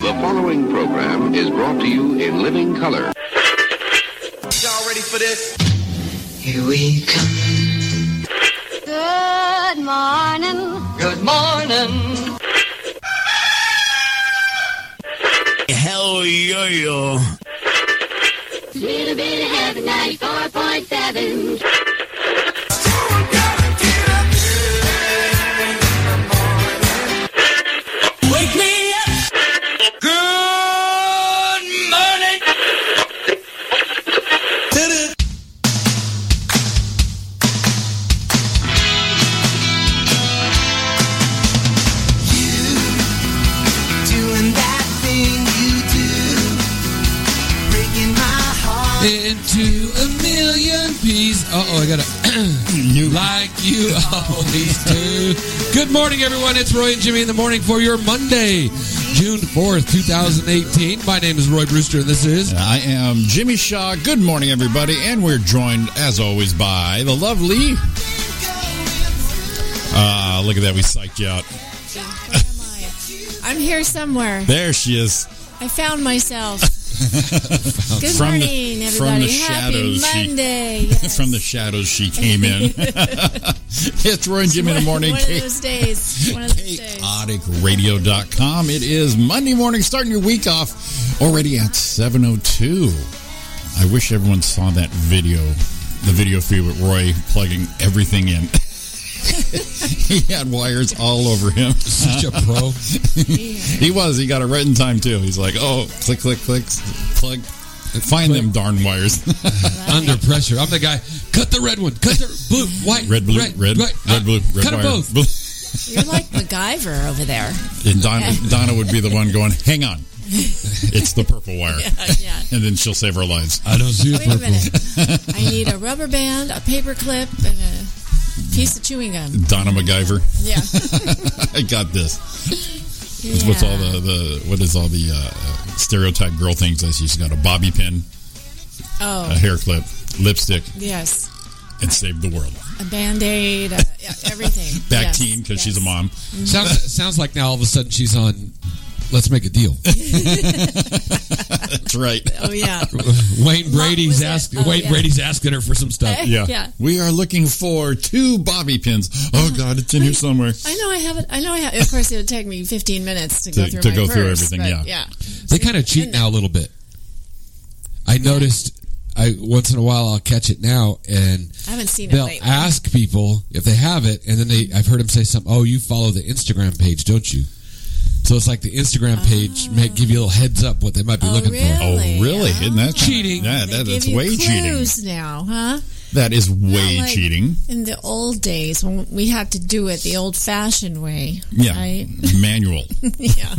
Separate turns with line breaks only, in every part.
The following program is brought to you in living color.
Y'all ready for this?
Here we come.
Good morning.
Good morning.
Hell yo yo.
Little bit of heaven, 94.7.
Wake me up. Good morning.
Doing that thing you do, breaking my heart.
into a million pieces. Uh oh, I gotta. like you always do. Good morning, everyone. It's Roy and Jimmy in the morning for your Monday, June 4th, 2018. My name is Roy Brewster, and this is.
I am Jimmy Shaw. Good morning, everybody, and we're joined, as always, by the lovely. Ah, look at that! We psyched you out.
I'm here somewhere.
There she is.
I found myself. Good
From the-
morning, everybody.
from the
Happy
shadows, she-
Monday. Yes.
From the shadows, she came in. it's Roy and Jimmy in the morning. uh,
One of those days. One of those days.
chaoticradio.com. It is Monday morning, starting your week off already at 7.02. I wish everyone saw that video, the video feed with Roy plugging everything in. he had wires all over him.
Such a pro.
He was. He got it right in time, too. He's like, oh, click, click, click, plug. Find them darn wires.
Under pressure. I'm the guy. Cut the red one. Cut the blue, white,
red, blue,
red,
red, red,
right, uh,
blue, red
cut
wire.
them both.
Blue.
You're like MacGyver over there.
And Donna, Donna would be the one going, hang on. It's the purple wire.
Uh, yeah.
And then she'll save our lives.
I don't see the
Wait a
purple.
minute. I need a rubber band, a paper clip, and a piece of chewing gum.
Donna MacGyver.
Yeah.
I got this.
yeah.
What's all the, the what is all the uh, uh, stereotype girl things? I see she's got a bobby pin, a
Oh,
hair clip, lipstick,
yes.
and save the world.
A band aid, uh, yeah, everything.
Back
Yes,
teen because
yes.
she's a mom.
Sounds, sounds like now all of a sudden she's on. Let's make a deal.
That's right.
Oh, yeah.
Wayne Brady's
was it?
asking.
Oh,
Wayne
yeah.
Brady's asking her for some stuff.
Yeah.
Yeah.
We are looking for two bobby pins. Oh God, it's in here somewhere.
I know I haven't. I know I have. Of course, it would take me 15 minutes to, go
To-
through
to
my
go through
purse,
everything,
but
yeah.
Yeah.
They kind of cheat now a little bit. I noticed. I once in a while I'll catch it now, and
I haven't seen it
they'll
lately.
ah,
ask people if they have it, and then they. I've heard them say something. Oh, you follow the Instagram page, don't you? So it's like the Instagram page may give you a little heads up what they might be
Oh,
looking for.
Oh
Really?
really? Isn't that
Cheating.
Yeah,
They
that,
give
that's
you
way cheating.
clues now, huh?
That is way
like-
cheating.
In the old days when we had to do it the old-fashioned way,
Yeah,
right?
manual.
yeah.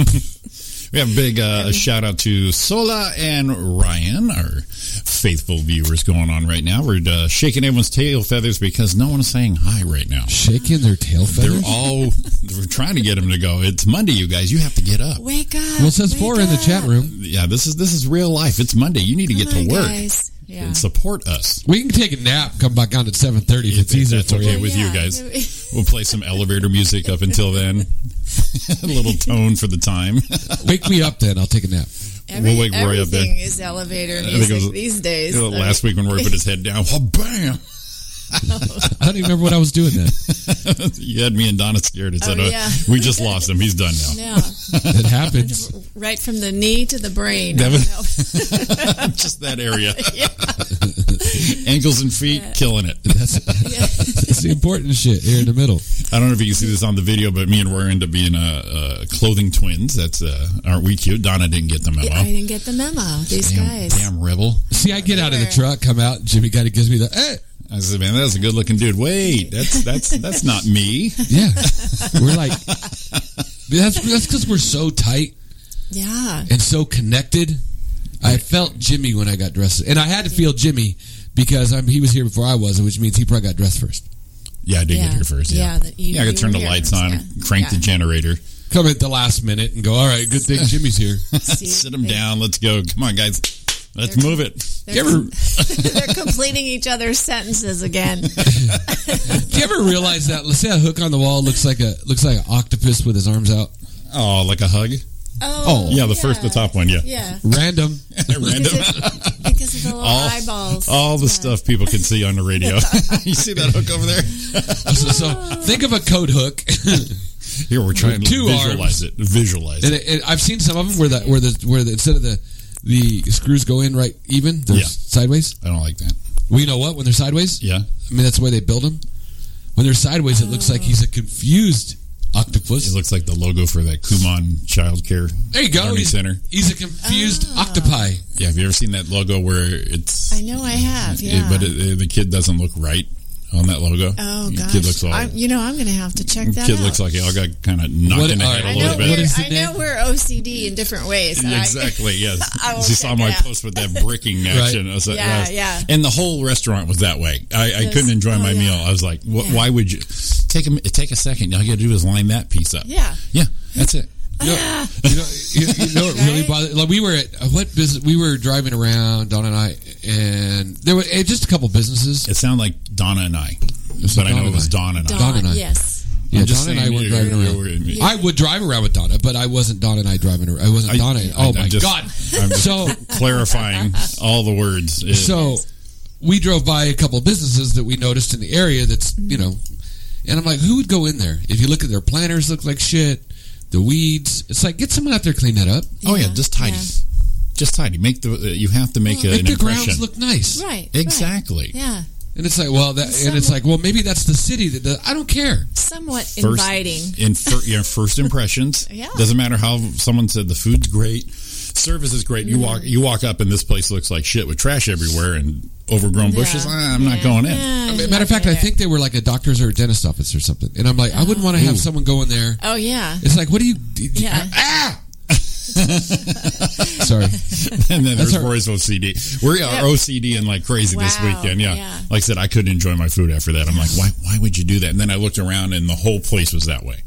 We have a big uh, shout out to Sola and Ryan, our faithful viewers going on right now. We're uh, shaking everyone's tail feathers because no one's saying hi right now.
Shaking their tail feathers.
They're all we're trying to get them to go. It's Monday, you guys. You have to get up.
Wake up!
well, it says
wake
four in the
up.
chat room.
Yeah, this is this is real life. It's Monday. You need to get
Come
to
on,
work
guys. Yeah.
and support us.
We can take a nap, come back on at seven thirty if
If
it's easier
that's
for
okay
you.
with you
Yeah.
guys. We'll play some elevator music up until then. a little tone for the time.
Wake me up, then I'll take a nap.
we'll wake Roy up
everything
then.
is elevator
think it
music
was-
these days.
You know, last week when Roy put his head down, wha- bam!
I don't even remember what I was doing then.
you had me and Donna scared. It said,
Oh,
"Oh,
yeah.
we just lost him. He's done now.
Yeah,
It happens.
right from the knee to the brain.
That was-
I don't know.
just that area. Ankles and feet, killing it.
It's the important shit here in the middle.
I don't know if you can see this on the video, but me and Roy end up being uh, uh, clothing twins. That's uh, aren't we cute? Donna didn't get the memo.
I didn't get the memo. These
damn,
guys.
damn rebel.
See, I get out of the
Sure.
truck, come out, and Jimmy kind of gives me the, eh.
I said, man, that's a good looking dude. Wait, that's that's that's not me.
Yeah. we're like, that's that's because we're so tight
Yeah.
and so connected. I felt Jimmy when I got dressed. And I had to feel Jimmy because I'm, he was here before I was, which means he probably got dressed first.
Yeah, I did
Yeah.
get here first. Yeah,
Yeah, that you-
yeah I
you
could turn
were
the
here
lights
first,
on,
yeah.
crank the
Yeah.
generator,
Come at the last minute and go, all right, good thing Jimmy's here.
See,
sit him
they-
down. Let's go. Come on, guys. Let's move it.
They're,
Do you, ever,
they're completing each other's sentences again.
do you ever realize that? Let's say a hook on the wall looks like a looks like an octopus with his arms out.
Oh, like a hug.
Oh,
Oh, yeah, the first, the top one, yeah.
Yeah.
Random.
Random.
Because of, because of the little
All-
eyeballs.
All the
Yeah.
stuff people can see on the radio. you see that hook over there?
So, so think of a code hook.
Here we're trying to
Two
visualize it. Visualize
and
it.
it, it, I've seen some of them where the where the where the, instead of the the screws go in right even, they're
Yeah.
sideways.
I don't like that.
Well, you know what? When they're sideways,
Yeah.
I mean that's the way they build them. When they're sideways, it looks like he's a confused octopus.
It looks like the logo for that Kumon Child Care
there you go.
Learning
He's,
Center.
he's a confused octopi.
Yeah, have you ever seen that logo where it's
I know I have. Yeah.
it- but it, it- the kid doesn't look right on that logo?
oh
the
gosh.
kid looks all
I'm, you know, I'm going to have to check
the
that
kid
out.
looks like he all got kind of knocked
What-
in the
all
head
right,
I
a
know
little
What
we're,
bit.
is the
I know
name?
we're OCD in different ways.
Yeah,
I-
exactly. Yes,
I will
she saw
check
my
it out.
post with that bricking action. I was like,
Yeah,
I was-
yeah.
And the whole restaurant was that way. I, I
Yes.
couldn't enjoy
Oh,
my
yeah.
meal. I was like, wh-
Yeah.
why would you take a mi- take a second? All you got to do is line that piece up.
Yeah.
yeah, that's it.
You know, you know, you, you know what really
Right?
bothered? Like we were at uh, what business? We were driving around, Don and I, and there were eh, just a couple businesses.
It sounded like Donna and I,
was
but
like
I know
Donna
it was
and I.
Donna and I.
Don
Dawn,
and I.
yes.
Yeah,
I'm just
Don and I
saying
were
you-
driving
you
around.
were-
I would drive around with Donna, but I wasn't Don and I driving. ar- I wasn't
I-
Donna.
I-
oh
I
my
just-
god!
I'm just
So
clarifying all the words. It-
so we drove by a couple businesses that we noticed in the area. That's you know, and I'm like, who would go in there? If you look at their planters, look like shit. The weeds. It's like get someone out there to clean that up.
oh yeah,
Yeah,
just tidy,
yeah.
just tidy. Make the you have to make
Make
an
the
impression.
grounds look nice.
Right. Right.
exactly.
Yeah.
And it's like, well, that, and it's like, well, maybe that's the city that does, I don't care.
Somewhat
first,
inviting.
In fir- your first impressions,
Yeah.
doesn't matter how someone said the food's great, service is great.
Mm-hmm.
You walk you walk up and this place looks like shit with trash everywhere and overgrown bushes.
Yeah.
Ah, I'm not
Yeah.
going in.
Yeah,
I mean,
I'm
matter of
not
fact, I
either.
think they were like a doctor's or a dentist office or something. And I'm like, I wouldn't want to have someone go in there.
Oh yeah.
It's like, what do you? d- d-
Yeah.
Ah! Sorry.
And then
That's our-
there's Roy's OCD. We are OCD and like crazy this
Wow,
weekend. Yeah.
yeah.
like I said, I couldn't enjoy my food after that. I'm like, why? Why would you do that? And then I looked around and the whole place was that way.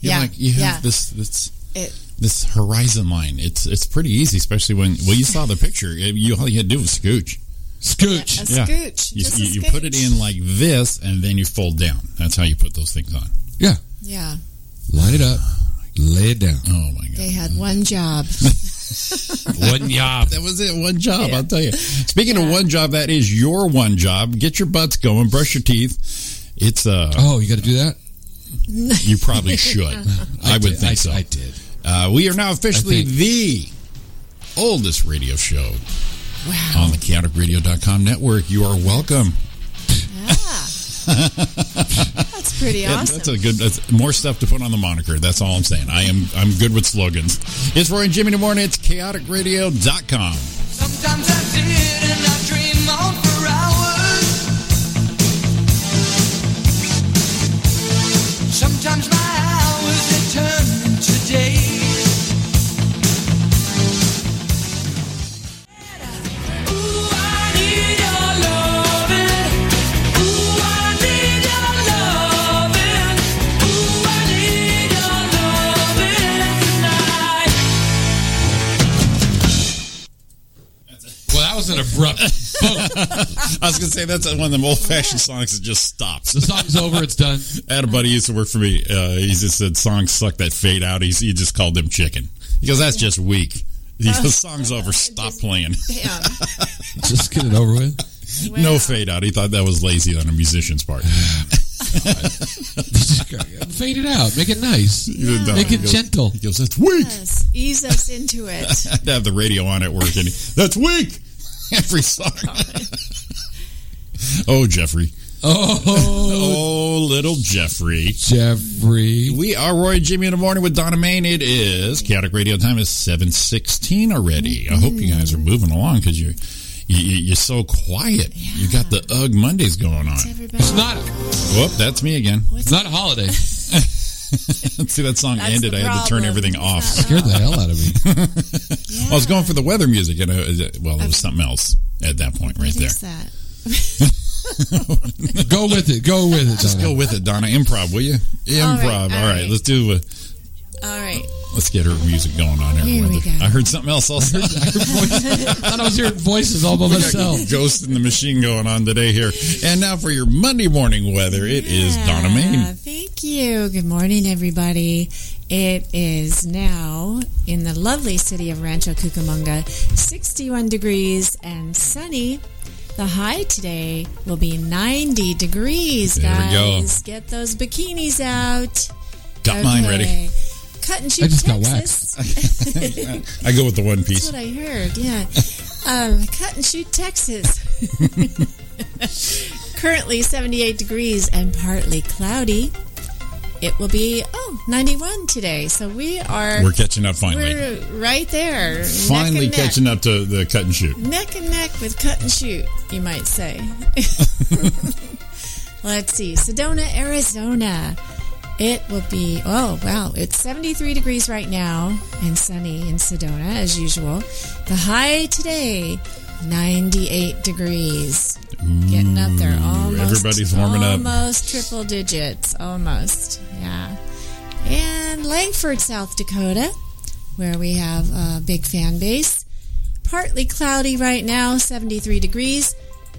You're
Yeah,
like you have
yeah.
this this
It-
this horizon line. It's it's pretty easy, especially when well you saw the picture. You all you had to do was scooch.
Scooch.
A
Yeah.
scooch.
You,
just a
you, you put it
scooch.
in like this, and then you fold down. That's how you put those things on.
Yeah.
Line it up. Lay it down.
Oh my god,
They had one job.
One yob.
that was it. One job, I'll tell you. Speaking of one job, that is your one job. Get your butts going, brush your teeth. It's uh,
Oh, you got to do that?
you probably should. I, would
did.
think
I,
so.
I did.
Uh, we are now officially
I think-
the oldest radio show on the chaoticradio.com network. You are welcome.
That's pretty
Yeah,
awesome.
That's a good. That's more stuff to put on the moniker. That's all I'm saying. I am. I'm good with slogans. It's Roy and Jimmy in the morning. It's chaoticradio.com.
Sometimes I sit and I dream on for hours. Sometimes my hours they turn into days. Ooh, I need your loving. Ooh, I need your loving. Ooh, I need your loving tonight.
Well, that was an abrupt. Boom.
I was gonna say that's one of them old fashioned songs that just stops.
The song's over. It's done.
I had a buddy who used to work for me. Uh, he just said songs suck that fade out. He's, he just called them chicken. He goes, that's just weak. He goes, song's over. Stop playing.
Damn.
Just get it over with.
No fade out. He thought that was lazy on a musician's part.
Fade it out. Make it nice.
Even though
Make
he
it
goes-
gentle.
He goes, that's weak.
Yes. Ease us into it.
I'd have the radio on at work, and he, that's weak. Every song. oh, Jeffrey.
Oh,
Oh, little Jeffrey.
Jeffrey.
We are Roy and Jimmy in the morning with Donna Main. It is chaotic radio time is seven sixteen already. I hope you guys are moving along because you, you you- you're so quiet. You got the UG Mondays going on.
Everybody.
It's not.
Whoop, that's me again.
It's not a holiday.
See that song
That's
ended.
the
I had to turn
problem.
everything
It's
off.
not-
Scared the hell out of me.
Yeah.
I was going for the weather music, and I, well, it was something else at that point right
What
there.
is that?
Go with it. Go with it.
Just
Donna.
go with it, Donna. Improv, will you? Improv. All
all right.
let's do. A,
All right.
let's get her music going on there.
Here we go.
I heard something else. Also,
thought I was hearing voices all by myself.
Ghost in the Machine going on today here. And now for your Monday morning weather, it is Donna
Yeah,
Main.
Thank you. Good morning, everybody. It is now in the lovely city of Rancho Cucamonga, 61 degrees and sunny. The high today will be 90 degrees,
There we go.
guys. Get those bikinis out.
Got mine ready.
Okay. Cut and shoot
I just got
Texas.
I go with the one
That's
piece.
what I heard. Yeah. Um, cut and shoot Texas. Currently 78 degrees and partly cloudy. It will be oh 91 today. So we are
We're catching up finally.
we're right there.
finally
neck and
catching up to the cut and shoot.
neck. Neck and neck with cut and shoot, you might say. Let's see. Sedona, Arizona. It will be, oh, wow. It's 73 degrees right now and sunny in Sedona, as usual. The high today, 98 degrees. Getting up there almost.
everybody's warming up.
Almost triple digits. Almost. Yeah. And Langford, South Dakota, where we have a big fan base. Partly cloudy right now, 73 degrees.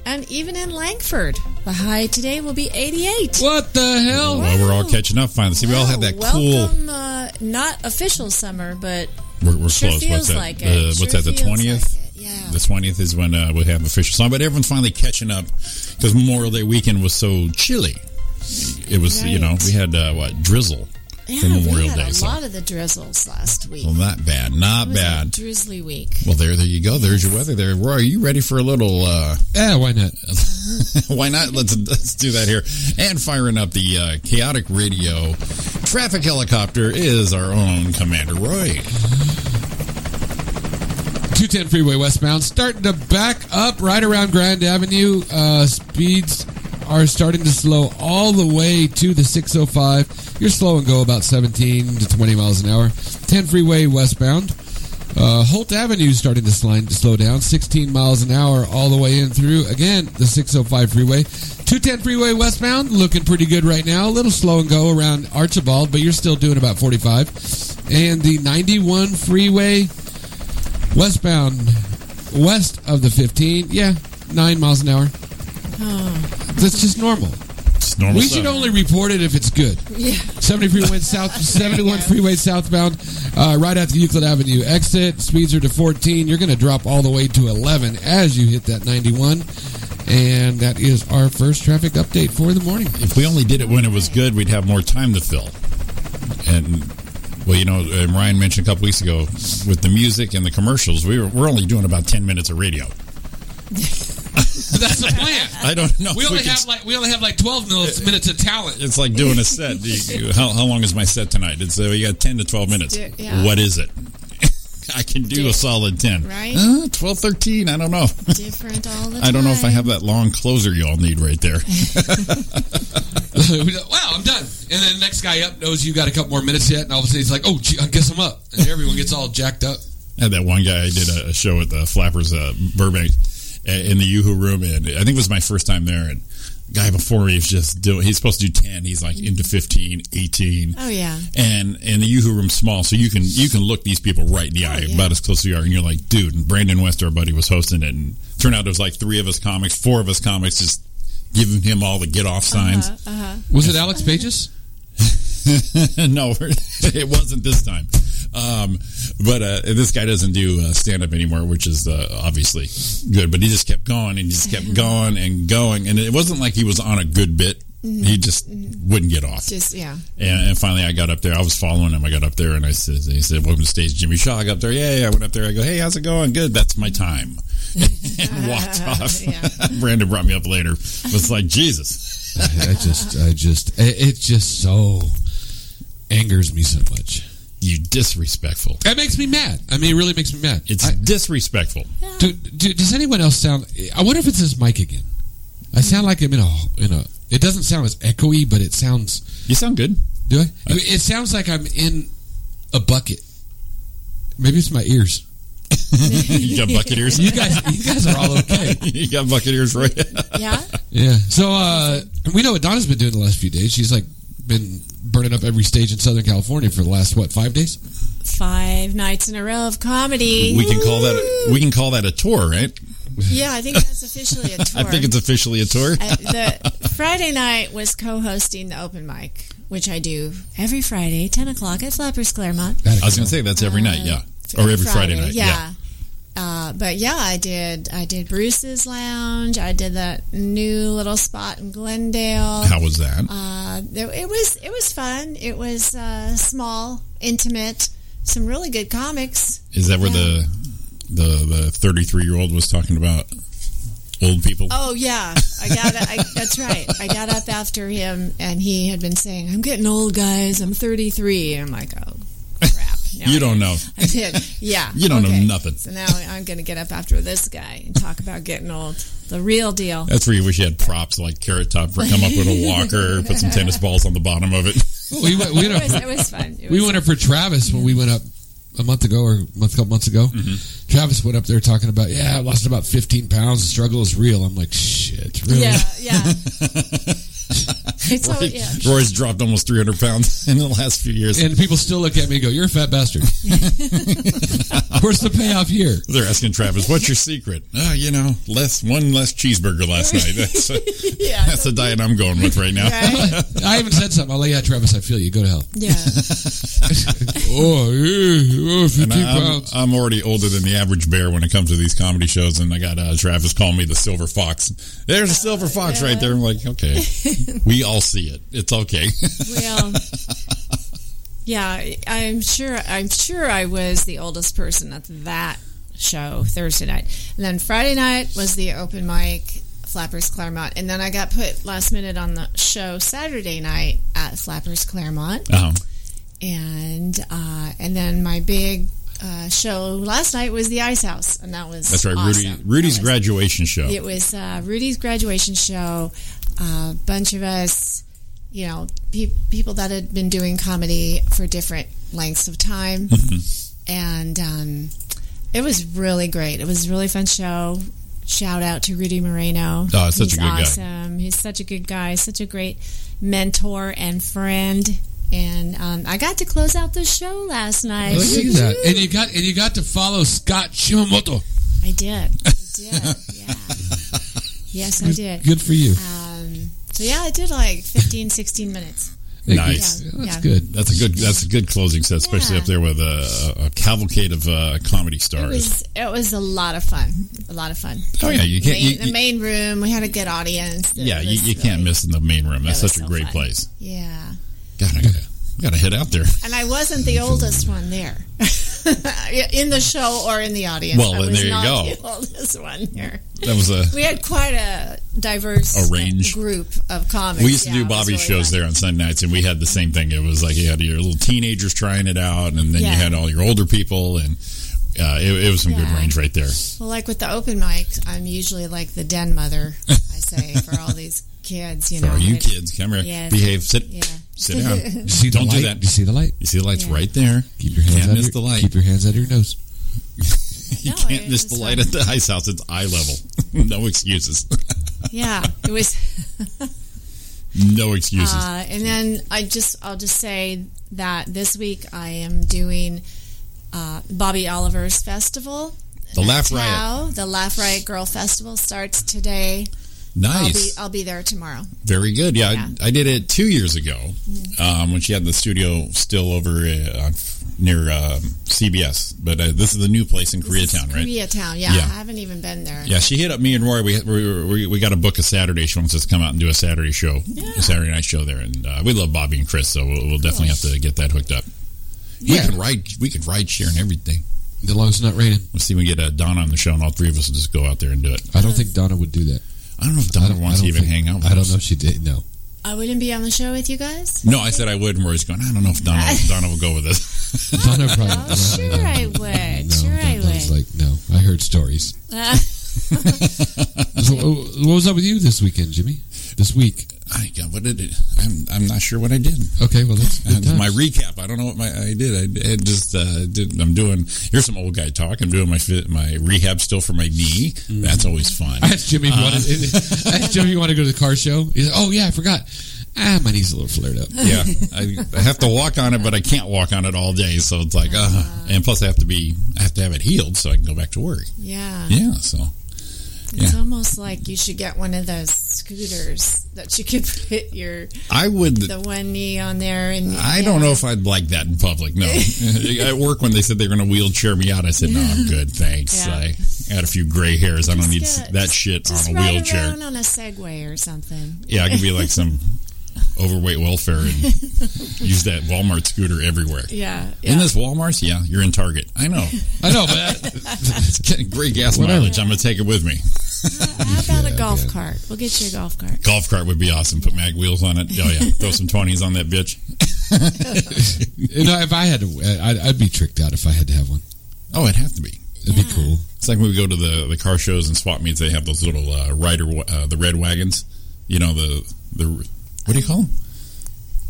And even in Langford, the high today will be 88.
What the hell?
Well, we're all catching up finally. See, we all
Wow,
had that cool.
welcome, uh, not official summer, but
We're, we're
sure
close.
feels
What's that?
like it.
Uh,
Sure
what's that? The
feels like
twentieth.
it, yeah.
The twentieth is when uh, we have official song, but everyone's finally catching up because Memorial Day weekend was so chilly. It was, you know,
Right.
we had uh, what drizzle
yeah,
for Memorial
we had
Day,
a
so
lot of the drizzles last week.
well, not bad, not
It was a
bad.
drizzly week.
Well, there, there you go. There's your weather. There, Roy. Are you ready for a little? uh
Yeah, why not?
Why not? Let's let's do that here. And firing up the uh, chaotic radio traffic helicopter is our own Commander Roy.
210 freeway westbound, starting to back up right around Grand Avenue. Uh, speeds are starting to slow all the way to the 605. You're slow and go about 17 to 20 miles an hour. 10 freeway westbound. Uh, Holt Avenue is starting to slide, slow down, 16 miles an hour all the way in through, again, the 605 freeway. 210 freeway westbound, looking pretty good right now. A little slow and go around Archibald, but you're still doing about 45. And the 91 freeway, westbound, west of the 15. Yeah, nine miles an hour. That's just normal.
It's normal
We
stuff.
should only report it if it's good.
Yeah.
70 freeway south, 71 freeway southbound, uh, right after Euclid Avenue exit. Speeds are to 14. You're going to drop all the way to 11 as you hit that 91. And that is our first traffic update for the morning.
if we only did it when it was good, we'd have more time to fill. And well, you know, and Ryan mentioned a couple weeks ago with the music and the commercials, we were, we're only doing about ten minutes of radio.
That's the plan.
I don't know.
We
if
only
can-
have like we only have like 12 minutes of talent.
it's like doing a set. Do you- how, how long is my set tonight? It's uh, you got ten to twelve minutes.
do- yeah.
What is it? I can do a solid ten.
Right?
Uh, 12, 13, I don't know.
Different all the time.
I don't know if I have that long closer y'all need right there.
We go, wow, I'm done. And then the next guy up knows you got a couple more minutes yet, and all of a sudden he's like, oh, gee, I guess I'm up. And everyone gets all jacked up.
I had that one guy I did a, a show at the Flappers uh, Burbank uh, in the Yoo-Hoo room, and I think it was my first time there. And the guy before he was just doing, he's supposed to do ten, he's like into 15, 18.
Oh, yeah.
And and the Yoo-Hoo room's small, so you can you can look these people right in the eye,
Oh, yeah.
about as close as you are, and you're like, dude. And Brandon West, our buddy, was hosting it, and turned out it was like three of us comics, four of us comics, just giving him all the get off signs.
Uh, uh-huh.
Was it Alex Pages?
no, it wasn't this time. Um, but uh, this guy doesn't do uh, stand up anymore, which is uh, obviously good. But he just kept going and he just kept going and going, and it wasn't like he was on a good bit. He just wouldn't get off.
Mm-hmm. Just, yeah.
And, and finally, I got up there. I was following him. I got up there, and I said, "He said, welcome to stage, Jimmy Shaw." I got up there. Yeah, yeah. I went up there. I go, "Hey, how's it going? Good. That's my time." and walked off.
Yeah.
Brandon brought me up later. Was like, Jesus.
I just, I just, it just so angers me so much.
You disrespectful.
It makes me mad. I mean, it really makes me mad.
It's
I,
disrespectful.
do, do, does anyone else sound? I wonder if it's this mic again. I sound like I'm in a, in a. It doesn't sound as echoey, but it sounds.
You sound good.
Do I? It sounds like I'm in a bucket. Maybe it's my ears.
you got bucket ears.
You guys, you guys are all okay.
you got bucket ears, right?
Yeah?
Yeah. So uh, we know what Donna's been doing the last few days. She's like been burning up every stage in Southern California for the last what five days?
Five nights in a row of comedy.
We can call that a, we can call that a tour, right?
Yeah, I think that's officially a tour.
I think it's officially a tour.
I, the Friday night was co-hosting the open mic, which I do every Friday, ten o'clock at Flappers Claremont.
I was going to say that's every night, yeah, or every Friday, night, yeah.
Uh, but yeah, I did. I did Bruce's Lounge. I did that new little spot in Glendale.
How was that?
Uh, there, it was it was fun. It was uh, small, intimate. Some really good comics.
Is that where the the the thirty three year old was talking about old people?
Oh yeah, I got. I, that's right. I got up after him, and he had been saying, "I'm getting old, guys. I'm 33." And I'm like, "Oh, crap!" Now
you don't know.
I did. Yeah.
You don't know nothing.
So now I'm going to get up after this guy and talk about getting old. The real deal.
That's where you wish you had props like Carrot Top for come up with a walker, put some tennis balls on the bottom of it.
We went, we
It was,
went,
it was fun. It
we
was
went up for Travis when we went up a month ago or a month, couple months ago. Travis went up there talking about, yeah, I lost about 15 pounds. The struggle is real. I'm like, shit, really?
Yeah, yeah. It's all,
Roy,
yeah.
Roy's dropped almost three hundred pounds in the last few years.
And people still look at me and go, you're a fat bastard. Where's the payoff here?
They're asking Travis, "What's your secret?" Oh, you know, less one less cheeseburger last night. That's a,
Yeah.
that's the diet I'm going with right now.
Right?
I even said something. I'll like, yeah, Travis, I feel you. Go to hell.
Yeah.
Oh, yeah, oh 15
And I'm,
pounds.
I'm already older than the average bear when it comes to these comedy shows, and I got uh, Travis call me the silver fox. There's a
Oh,
silver fox right there. I'm like, okay, we all see it. It's okay.
Well, yeah, I'm sure. I'm sure I was the oldest person at that show Thursday night, and then Friday night was the open mic Flappers Claremont, and then I got put last minute on the show Saturday night at Flappers Claremont,
Uh-huh.
and uh, and then my big. Uh, show last night was the Ice House, and that was
That's right, Rudy.
awesome.
Rudy's
That was-
graduation show.
it was uh, Rudy's graduation show. A bunch of us, you know, pe- people that had been doing comedy for different lengths of time, and um, it was really great. It was a really fun show. Shout out to Rudy Moreno.
Oh, such a
He's
good guy.
awesome. He's such a good guy. Such a great mentor and friend. And um, I got to close out the show last night.
Look at that. And you got and you got to follow Scott Shimamoto.
I did. I did. Yeah. yes, I did.
Good for you.
Um, so yeah, I did like 15, 16 minutes.
Nice.
Yeah, that's
Yeah.
good.
That's a good. That's a good closing set, especially
Yeah.
up there with a, a cavalcade of uh, comedy
It
stars.
was it was a lot of fun. A lot of fun.
oh yeah, you can't.
Main,
You,
the main room, we had a good audience. It
yeah, you,
was
you can't
really-
miss in the main room. That's
That was
such a
so
great
fun.
place.
Yeah,
God, I gotta, I gotta head out there.
and I wasn't the oldest one there, in the show or in the audience.
Well,
I
then
was
there you
not
go.
The oldest one there.
That was a.
We had quite a diverse
A range.
group of comics.
We used to
Yeah, it
do
was
Bobby
really
shows
fun.
there on Sunday nights, and we had the same thing. It was like you had your little teenagers trying it out, and then you
Yeah.
had all your older people, and uh, it, it was some good
Yeah.
range right there.
Well, like with the open mic, I'm usually like the den mother. I say for all these kids, you
So,
know.
are you
it-
kids? Come here,
Yes.
behave, sit,
Yeah.
sit down.
You see the
Don't
light?
do that.
You see the light?
You see the lights
Yeah.
right there.
Keep your hands
Can't
out of
miss
your,
the light.
Keep your hands out of your nose.
You
No,
can't
it
miss
was
the
fun.
light at the ice house. It's eye level. no excuses.
Yeah, it was.
no excuses.
Uh, and then I just I'll just say that this week I am doing uh, Bobby Oliver's festival.
the laugh riot.
Tao, the Laugh Riot Girl Festival starts today.
Nice.
I'll be I'll be there tomorrow.
Very good. Yeah,
Yeah.
I, I did it two years ago um, when she had the studio still over uh, on- near um, CBS. But uh, this is the new place in Koreatown, right?
Koreatown, yeah,
Yeah.
I haven't even been there.
Yeah, she hit up me and Roy. We we, we, we got to book a Saturday. She wants us to come out and do a Saturday show, a Saturday night show there. And uh, we love Bobby and Chris, so we'll, we'll definitely have to get that hooked up.
Yeah.
We can ride. We can ride share and everything.
The long's not raining.
Let's see. if We can get uh, Donna on the show, and all three of us will just go out there and do it.
I don't think Donna would do that.
I don't know if
I
Donna
don't,
wants
I
to
don't
even
think-
hang out. With
I don't
us.
know if she did. No.
I wouldn't be on the show with you guys.
No, I said I would, and Roy's going. I don't know if Donna Donna will go with us.
Donna probably.
Oh, sure I would.
No,
sure I
Donna's
would.
like, no. I heard stories.
Uh,
So, uh, what was up with you this weekend, Jimmy? This week?
I God, what did it? I'm I'm not sure what I did.
Okay, well, that's good
And
times.
my recap. I don't know what my I did. I, I just uh, did. I'm doing. Here's some old guy talk. I'm doing my fit, my rehab still for my knee. That's always fun.
I asked Jimmy. if he
Uh-huh.
wanted, I asked Jimmy, if you want to go to the car show? He's like, oh yeah, I forgot. Ah, my knee's a little flared up.
yeah, I, I have to walk on it, but I can't walk on it all day. So it's like, uh, and plus I have to be, I have to have it healed so I can go back to work.
yeah.
Yeah. So
It's
Yeah.
almost like you should get one of those scooters that you could put your
I would.
the one knee on there and
I don't know if I'd like that in public. No, at work when they said they were going to wheelchair me out, I said no, I'm good, thanks.
Yeah.
I had a few gray hairs. I don't need
Just get-
that shit
just
on a
ride
Uh, wheelchair.
around on a Segway or something.
Yeah, I could be like some overweight welfare and use that Walmart scooter everywhere.
Yeah,
In
yeah.
this Walmart's, yeah, you're in Target. I know.
I know, but
It's getting great gas mileage. I'm going to take it with me.
How about a golf cart? We'll get you a golf cart.
Golf cart would be awesome. Put mag wheels on it. Oh yeah, throw some twenties on that bitch.
you know, if I had to, I'd, I'd be tricked out if I had to have one.
Oh, it'd have to be.
It'd be
Yeah.
cool.
It's like when we go to the, the car shows and swap meets. They have those little uh, rider wa- uh, the red wagons. You know the the what do you call them?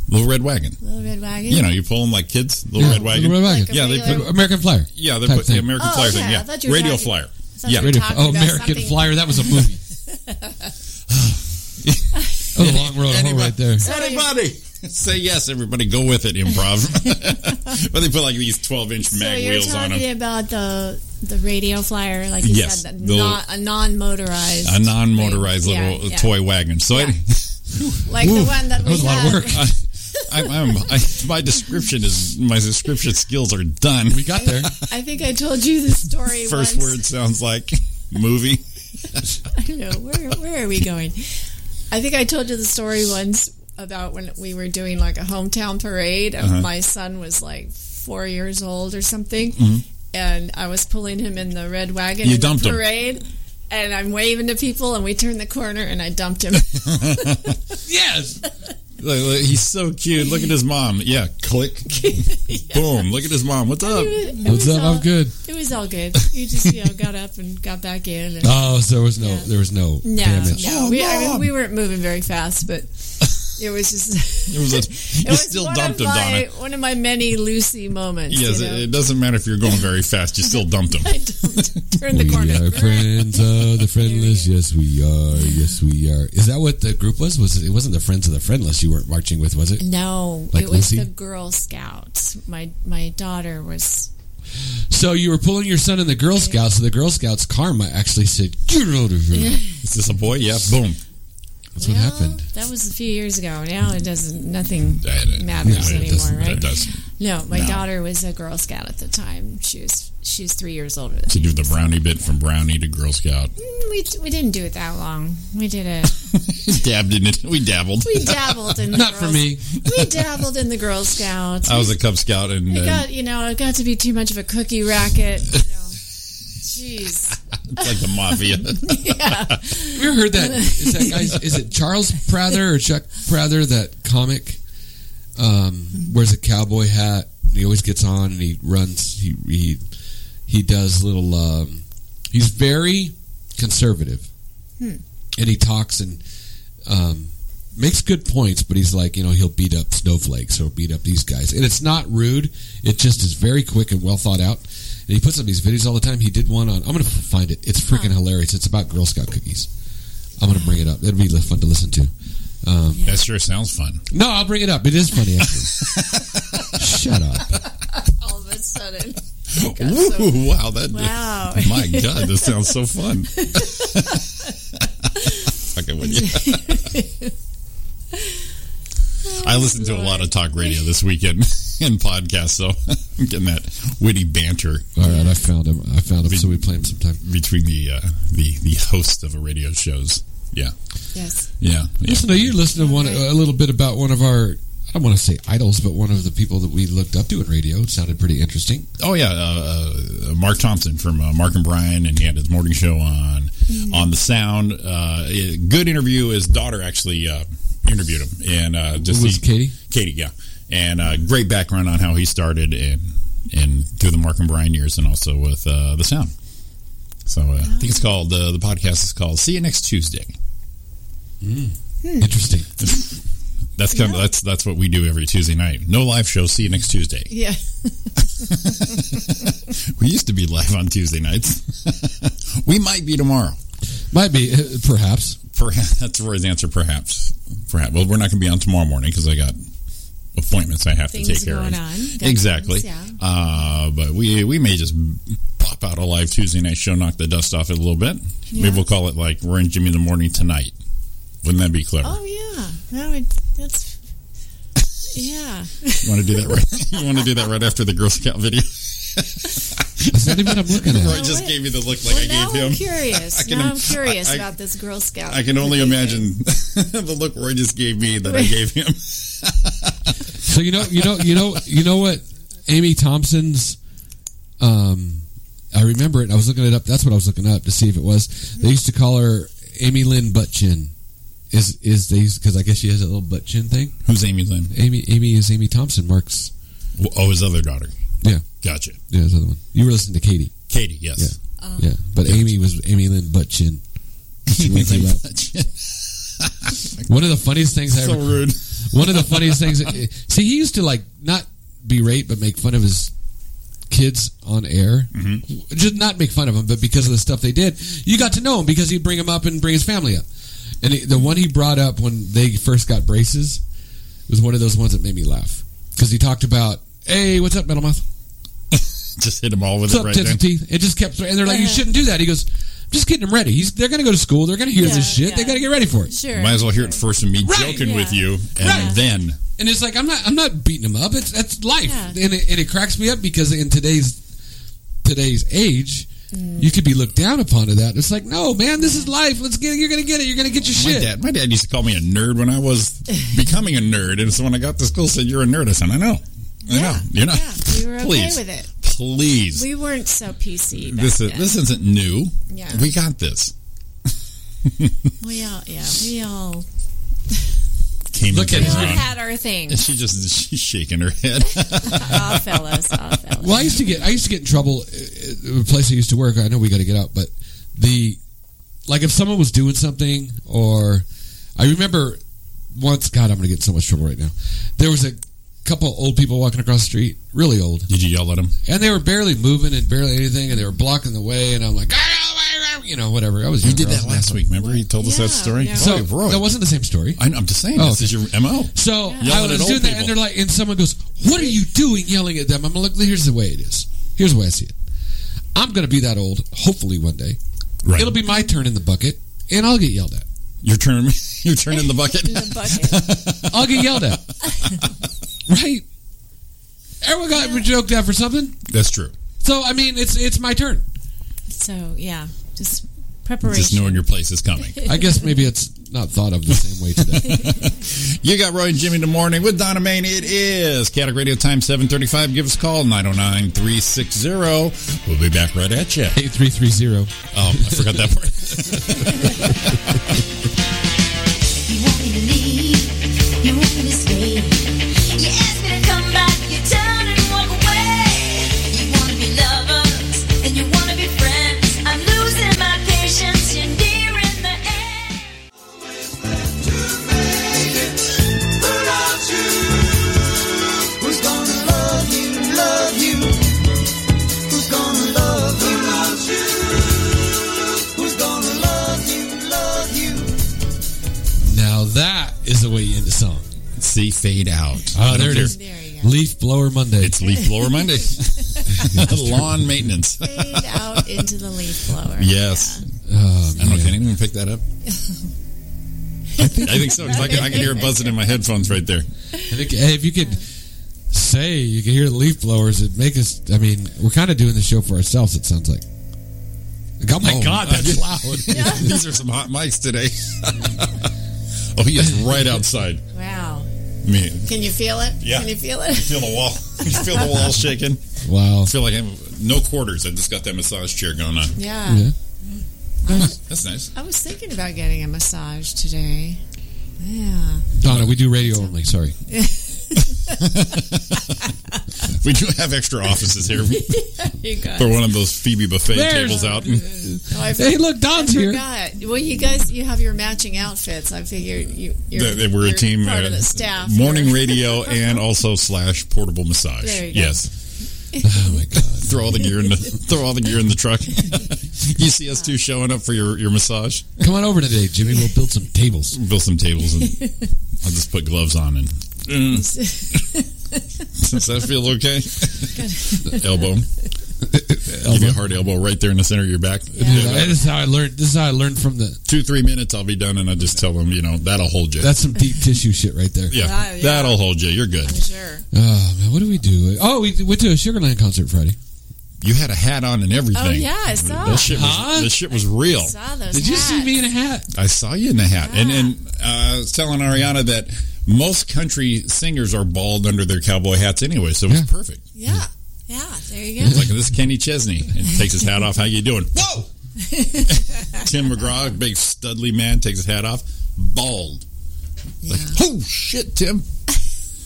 Little red wagon.
Little red wagon.
You know, you pull them like kids. Little red wagon.
Red wagon.
Like a
Yeah, they
regular-
put
American Flyer.
yeah, they
Type
put the
thing.
American
Oh,
flyer
yeah,
thing.
I thought
Yeah,
you were
radio
talking-
flyer.
I thought you
yeah.
were
Radio,
talking
oh,
about
American
something-
Flyer. That was a movie. that was a long road home right there.
Anybody say yes? Everybody go with it. Improv, but they put like these twelve inch
So
mag
you're
wheels on them.
talking about the the radio flyer, like you
Yes,
said,
the-
the, not, a non-motorized,
A non-motorized
Yeah,
little uh,
yeah.
toy wagon. So I,
like the one that,
That was a
we
lot
had.
of work.
I, I'm, I'm, I, my description is my description skills are done.
We got there.
I think I told you the story. once.
First word sounds like movie.
I know. Where where are we going? I think I told you the story once about when we were doing like a hometown parade and my son was like four years old or something and I was pulling him in the red wagon
You
in
dumped
the
him.
parade and I'm waving to people and we turned the corner and I dumped him.
yes.
Look, look, he's so cute. Look at his mom. Yeah, click. Boom. Look at his mom. What's up?
It
What's
was
up?
all-
uh, I'm good.
It was all good. You just, you know, got up and got back in and
Oh, so there was no, there was no
No,
damage.
no.
Oh,
we, I
Mom.
mean, we weren't moving very fast, but it was just.
It was a,
It
you
was
still
one
dumped
of
him,
my,
Donna.
One of my many Lucy moments.
Yes,
you
it,
know?
it doesn't matter if you're going very fast. You still dumped him.
I don't turn the
We
corner.
uh,
are friends of the friendless. Yes, we are. Yes, we are. Is that what the group was? Was it? It wasn't the friends of the friendless you weren't marching with, was it?
No,
Like
it was
Lucy?
the Girl Scouts. My my daughter was.
So you were pulling your son in the Girl Scouts. So the Girl Scouts karma actually said, "Get out of here."
Is this a boy? Yeah. Boom.
That's what
Well,
happened.
That was a few years ago. Now it doesn't. Nothing
That- uh, that-
matters
no, it
anymore,
doesn't-
right?
It doesn't.
No, my
No.
daughter was a Girl Scout at the time. She was she was three years older. Than
To do the brownie bit from brownie to Girl Scout.
Mm, we we didn't do it that long. We did it.
Dabbed in it. We dabbled.
We dabbled in the
Not for
Girl-
me.
We dabbled in the Girl Scouts.
I was a Cub Scout and
It
uh,
got you know, it got to be too much of a cookie racket. You know. Jeez,
it's like the mafia.
yeah,
Have you ever heard that? Is that guy? Is it Charles Prather or Chuck Prather? That comic um, wears a cowboy hat. And he always gets on and he runs. He he he does little. Um, he's very conservative,
Hmm.
and he talks and um, makes good points. But he's like, you know, he'll beat up snowflakes or beat up these guys, and it's not rude. It just is very quick and well thought out. And he puts up these videos all the time. He did one on. I'm gonna find it. It's freaking hilarious. It's about Girl Scout cookies. I'm gonna bring it up. That'd be fun to listen to. Um,
That sure sounds fun.
no, I'll bring it up. It is funny. Actually. Shut up.
all of a sudden,
Ooh, wow, that
wow.
my god, this sounds so fun. Fucking with you. I listened to a lot of talk radio this weekend and podcasts, so I'm getting that witty banter
All right, I found him. I found him. So we play him sometime.
between the uh, the the host of a radio shows. Yeah,
Yes,
yeah, yeah.
Listen to you. Listen to one a little bit about one of our. I don't want to say idols, but one of the people that we looked up to in radio It sounded pretty interesting.
Oh yeah, uh, uh, Mark Thompson from uh, Mark and Brian, and he had his morning show on on the Sound. Uh, a good interview. His daughter actually uh, interviewed him, and uh, just
Was it
he-
Katie?
Katie, yeah, and uh, great background on how he started and and through the Mark and Brian years, and also with uh, the Sound. So uh, I think it's called uh, the podcast is called "See You Next Tuesday."
Interesting.
That's kind of that's that's what we do every Tuesday night. No live show. See you next Tuesday.
yeah.
We used to be live on Tuesday nights. we might be tomorrow.
Might be, uh, perhaps.
Perhaps that's Roy's answer. Perhaps, perhaps. Well, we're not going to be on tomorrow morning because I got appointments I have
Things
to take care
going
of.
on. Got
exactly.
things, yeah.
Uh, but we we may just pop out a live Tuesday night show, knock the dust off it a little bit. Maybe we'll call it like Roy and Jimmy in the morning tonight. Wouldn't that be clever?
Oh yeah, that would. That's yeah.
You want to do that right? you want to do that right after the Girl Scout video?
Is that even what I'm looking
Roy
at?
just
wait.
gave me the look like
Well,
I
now
gave him.
I'm curious.
I can-
now I'm curious
I- I-
about this Girl Scout.
I can only imagine the look Roy just gave me that I gave him.
So you know, you know, you know, you know what? Amy Thompson's. Um, I remember it. I was looking it up. That's what I was looking up to see if it was. They used to call her Amy Lynn Butt Chin. Is is they because I guess she has that little butt chin thing.
Who's Amy Lynn?
Amy Amy is Amy Thompson. Mark's
Oh, his other daughter.
Yeah.
Gotcha.
yeah, that's the other one. You were listening to Katie.
Katie, yes.
Um,
Yeah, but Amy was Amy Lynn Butt Chin. She went through that. One of the funniest things I
so
ever.
rude.
One of the funniest things. See, he used to like not berate, but make fun of his kids on air.
Mm-hmm.
Just not make fun of them, but because of the stuff they did, you got to know him because he'd bring them up and bring his family up. And he, the one he brought up when they first got braces was one of those ones that made me laugh because he talked about, "Hey, what's up, metal mouth?
Just hit him all
What's
with it
up,
right
tits
there.
and teeth?" It just kept, and they're like, "You
Yeah.
shouldn't do that." He goes, "I'm "Just getting them ready. He's, they're going to go to school. They're going to hear
Yeah,
this shit. They
yeah.
got to get ready for it."
Sure.
Might as well hear it first and me
Right.
joking with
Yeah.
you, and
Right.
then
and it's like I'm not I'm not beating them up. It's that's life,
Yeah.
and, it, and it cracks me up because in today's today's age, you could be looked down upon to that. It's like no, man, this is life. Let's get you're gonna get it. You're gonna get your
my
shit.
dad. My dad used to call me a nerd when I was becoming a nerd, and so when I got to school, said you're a nerd. I said I know, I know, you're not.
Yeah, we were okay
Please.
with it.
Please,
We weren't so PC. Back
this is
then.
this isn't new.
Yeah.
We got this.
We all, yeah, we all,
Came
Look
into
at
we all
her own.
had our thing.
And she just she's shaking her head.
all fellas, all fellas.
Well, I used to get I used to get in trouble uh, uh, the place I used to work. I know we got to get out, but the like if someone was doing something or I remember once. God, I'm gonna get in so much trouble right now. There was a couple old people walking across the street, really old.
Did you yell at him?
and they were barely moving and barely anything, and they were blocking the way. And I'm like, "Ah, you know, whatever. I was.
You
younger,
did
I was
that
an
last
asshole.
week. Remember, he told us that
Yeah,
story.
yeah.
So
Roy, Roy.
that wasn't the same story.
I know, I'm just saying.
Oh,
this is your mo.
So
Yelling
I
at
was
old
doing that,
people.
and they're like, and someone goes, "What are you doing, yelling at them?" I'm like, "Here's the way it is. Here's the way I see it. I'm going to be that old. Hopefully, one day
Right.
it'll be my turn in the bucket, and I'll get yelled at.
Your turn. Your turn in the bucket.
In the bucket.
I'll get yelled at. right? Everyone got joked at for something.
That's true.
So I mean, it's it's my turn.
So, yeah, just
Just
preparation.
knowing your place is coming.
I guess maybe it's not thought of the same way today.
You got Roy and Jimmy in the morning with Donna Main. It is Catholic Radio Time 735. Give us a call, 909-360. We'll be back right at you.
8330.
Oh, I forgot that part.
You want me to leave, you want me to stay. You ask me to come back, you turn and walk away. You wanna be lovers, and you wanna be friends. I'm losing my patience, you're nearing the end.
Now that is the way you end the song.
See, fade out.
Ah, there it is.
There you go.
Leaf Blower Monday.
It's Leaf Blower Monday. Lawn maintenance.
Fade out into the leaf blower.
Yes.
Oh,
I don't know.
man.
Can anyone pick that up? I think so. 'cause I can, I can hear it buzzing in my headphones right there.
I think, hey, if you could say you could hear the leaf blowers, it'd make us. I mean, we're kind of doing the show for ourselves, it sounds like. Oh my God, that's loud.
These are some hot mics today. oh, he is right outside.
Wow.
Man,
Can you feel it?
Yeah.
Can you feel it?
feel the wall. feel the wall shaking.
Wow.
I feel like I'm no quarters. I just got that massage chair going on.
Yeah.
Yeah.
That's nice.
I was thinking about getting a massage today. Yeah.
Donna, we do radio only. Sorry.
We do have extra offices here.
You got
Throw one of those Phoebe buffet
There's-
tables out. And
Oh, I
Hey, look,
I
Don's here.
forgot. Well, you guys, you have your matching outfits. I figure you, you're,
that, that we're a
you're
team.
part
uh,
of the staff.
Morning radio and also slash portable massage.
There you go.
Yes.
Oh my God.
Throw all the gear in the throw all the gear in the truck. you see us two showing up for your, your massage.
Come on over today, Jimmy. We'll build some tables.
Build some tables and I'll just put gloves on and does that feel okay? Elbow. Give
elbow.
you a hard elbow right there in the center of your back.
Yeah, this is how I learned. This is how I learned from the.
Two, three minutes, I'll be done, and I just tell them, you know, that'll hold you.
That's some deep tissue shit right there.
yeah,
Oh, Yeah, yeah.
that'll hold you. You're good.
I'm sure.
Oh man, what do we do? Oh, we went to a Sugarland concert Friday.
You had a hat on and everything.
Oh, yeah, I saw.
That shit was,
Huh?
that shit was real.
saw those.
Did you see
hats.
me in a hat?
I saw you in the hat. And and uh, I was telling Ariana that most country singers are bald under their cowboy hats anyway, so it was
Yeah.
perfect.
Yeah, yeah. There you go.
Like this is Kenny Chesney. And he takes his hat off. How you doing? Whoa! Tim McGraw, big studly man, takes his hat off. Bald. Like, oh shit, Tim.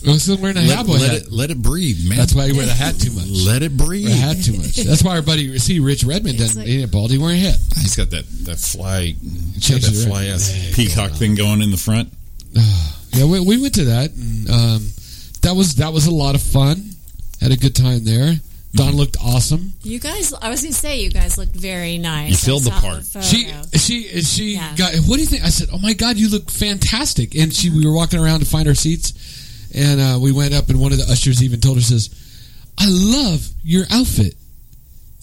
I was still wearing a
Let,
cowboy
let
hat.
it let it breathe, man.
That's why you wear the hat too much.
let it breathe.
Wear a hat too much. That's why our buddy, see, Rich Redmond
It's
doesn't.
like-
he ain't bald. He wear a hat.
He's got that that fly, he's got
Change
that
it around.
fly ass peacock thing going in the front.
Yeah, we, we went to that. And, um, that was that was a lot of fun. Had a good time there. Don looked awesome.
You guys, I was gonna say you guys looked very nice.
You filled the
I saw
part.
photo.
She she she
Oh, Yeah.
got. What do you think? I said, "Oh my God, you look fantastic!" And she, we were walking around to find our seats, and uh, we went up, and one of the ushers even told her, "says I love your outfit,"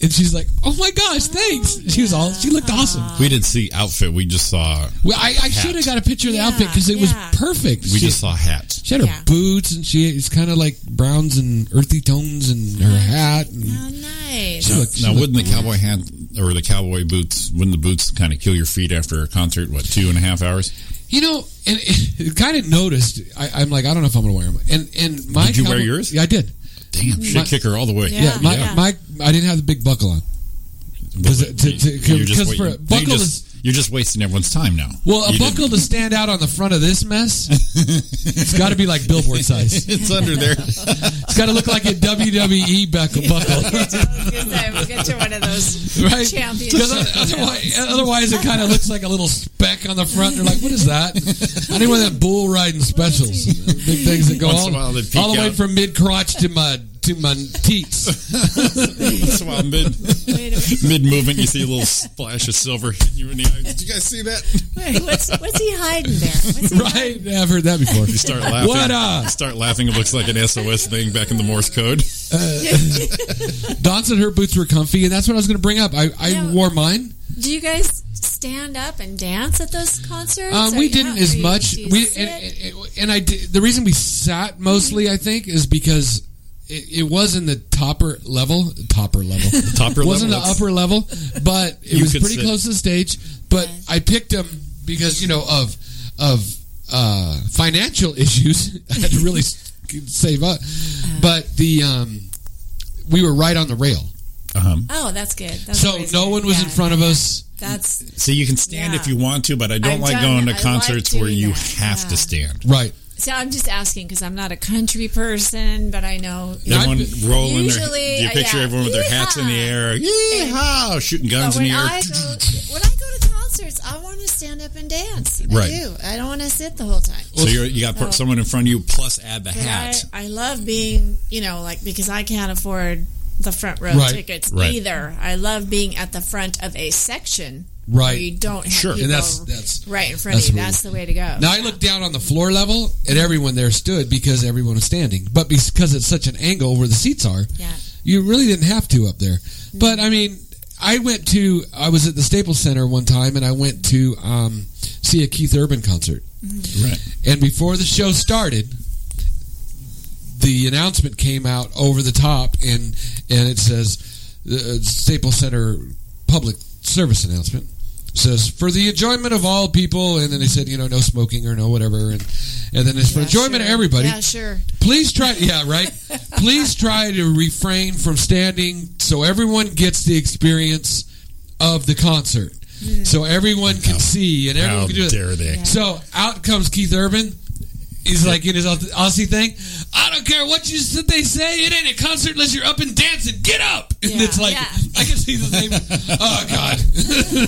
and she's like, "Oh my gosh, thanks!"
Oh,
She was all she looked awesome.
Uh-huh.
We didn't see outfit. We just saw
Well, I, I should have got a picture of the
Yeah,
outfit because it
yeah.
was perfect.
we
she,
just saw hats.
she had her
Yeah.
boots, and she it's kind of like browns and earthy tones, and her hat. And,
oh, nice.
She looked- she
now,
looked-
wouldn't the cowboy hat or the cowboy boots? Wouldn't the boots kind of kill your feet after a concert? What two and a half hours?
You know, and it, kind of noticed. I, I'm like, I don't know if I'm going to wear them. And and my
Did you wear
cowboy-
yours?
Yeah, I did.
Damn, shit
My-
kicker all the way.
Yeah.
Yeah, my,
yeah.
my I didn't have the big buckle on. Was it to- to-
you're just,
'cause for a
waiting-
buckle
you're, just you're just wasting everyone's time now.
Well, a
You didn't-
buckle to stand out on the front of this mess, it's got to be like billboard size.
it's under there.
It's got to look like a WWE buckle. buckle.
we'll get you one of those
Right?
Championship
'Cause Otherwise, otherwise, it kind of looks like a little speck on the front. They're like, "What is that?" I didn't want that bull riding specials, big things that go
Once in
all,
a while they peek
all the way
out.
from mid crotch to my to my teats.
That's why mid
Wait a minute.
mid movement, you see a little splash of silver hit you in the eye. Did you guys see that?
Wait, what's what's he hiding there? What's he
Right? Yeah, I've heard that before.
You start laughing.
What up?
Start laughing. It looks like an SOS thing back in the Morse code.
Don said her boots were comfy, and that's what I was going to bring up. I, I
No.
wore mine.
Do you guys stand up and dance at those concerts?
Um,
Or
we
you-
didn't
or
as
you-
much.
do you
We
sit?
and, and, and I did, the reason we sat mostly, I think, is because it, it was in the topper level, topper level.
Topper
wasn't
level.
the upper level, but it
You
was
could
pretty
sit.
close to the stage. But
Okay.
I picked them because you know of of uh, financial issues. I had to really s- save up,
Uh-huh.
but the um, we were right on the rail,
Uh-huh.
oh, that's good. That's
so
always
no
good.
one was in
Yeah.
front of us.
That's
So you can stand
Yeah.
if you want to, but I don't
I've
like
done
going to
that. I like
concerts where
doing
you
that.
have
Yeah.
to stand.
Right.
so. I'm just asking because I'm not a country person, but I know.
Everyone rolling
Usually,
their. You
uh,
picture
yeah.
everyone with their hats in the air, yeehaw, shooting
But
guns in
when
the air.
I go when I go to concerts, I want to stand up and dance. I
Right.
do. I don't want to sit the whole time.
so you're, you got
Oh.
put someone in front of you, plus add the
But
hat.
I, I love being, you know, like because I can't afford the front row
Right,
tickets
right.
either. I love being at the front of a section where
Right.
you don't have
Sure.
people
And that's- that's-
right in front of
that's
you.
what we-
That's the way to go.
Now I looked down on the floor level, and everyone there stood because everyone was standing. But because it's such an angle where the seats are,
Yeah.
you really didn't have to up there. But I mean, I went to I was at the Staples Center one time, and I went to um, see a Keith Urban concert.
Right.
And before the show started, the announcement came out over the top, and and it says uh, Staples Center public service announcement says for the enjoyment of all people, and then they said you know no smoking or no whatever, and and then it's for
Yeah,
enjoyment of
sure.
everybody.
Yeah, sure.
Please try, yeah, right. Please try to refrain from standing so everyone gets the experience of the concert, so everyone can see and everyone
How
can do it.
dare they?
So out comes Keith Urban. He's like in his Aussie thing. I don't care what you said they say. It ain't a concert unless you're up and dancing. Get up! And
Yeah.
it's like
Yeah.
I can see the name. oh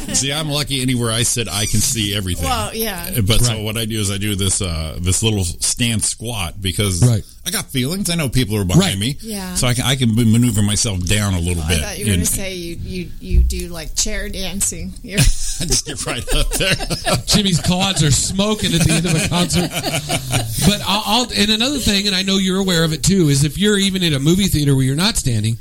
God!
See, I'm lucky anywhere I sit, I can see everything.
Well, yeah.
But so
Right.
what I do is I do this uh, this little stand squat because
Right.
I got feelings. I know people are behind
Right.
me,
Yeah. Oh,
So I can I can maneuver myself down a little
I
bit.
thought you were going
and-
to say you, you you do like chair dancing. You're,
I just get right up there.
Jimmy's quads are smoking at the end of a concert. But I'll, I'll and another thing, and I know you're aware of it too, is if you're even in a movie theater where you're not standing,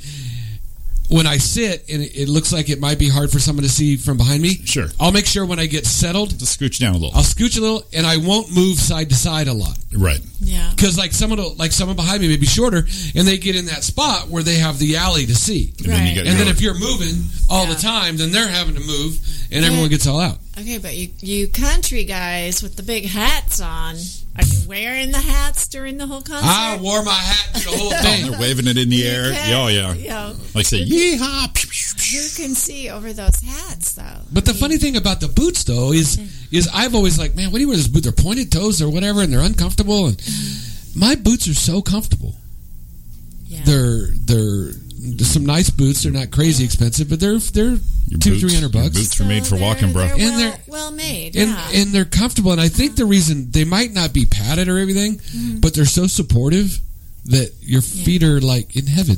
when I sit and it, it looks like it might be hard for someone to see from behind me,
Sure.
I'll make sure when I get settled,
Just scooch down a little.
I'll scooch a little and I won't move side to side a lot.
right.
Yeah.
Because like someone will, like someone behind me may be shorter, and they get in that spot where they have the alley to see.
And then you
Right.
get
And then
your-
if you're moving all
Yeah.
the time, then they're having to move, and everyone gets all out.
Okay, but you, you country guys with the big hats on, are you wearing the hats during the whole concert?
I wore my hat through the whole
Oh,
thing.
they're waving it in the air.
Okay.
Yeah, oh, yeah.
You know,
Like say, yeehaw. Pew, pew,
who
pew.
can see over those hats, though?
But the funny thing about the boots, though, is is I've always like, man, what do you wear those boots? They're pointed toes or whatever, and they're uncomfortable. And my boots are so comfortable.
Mm-hmm. Yeah.
They're they're they're some nice boots. They're not crazy expensive, but they're they're
Your
two
boots-
three hundred
your
bucks.
Boots are made for walking, bro.
They're
And
well,
they're-
well made.
and
yeah.
and they're comfortable. And I think the reason they might not be padded or everything,
Mm-hmm.
but they're so supportive that your feet are like in heaven.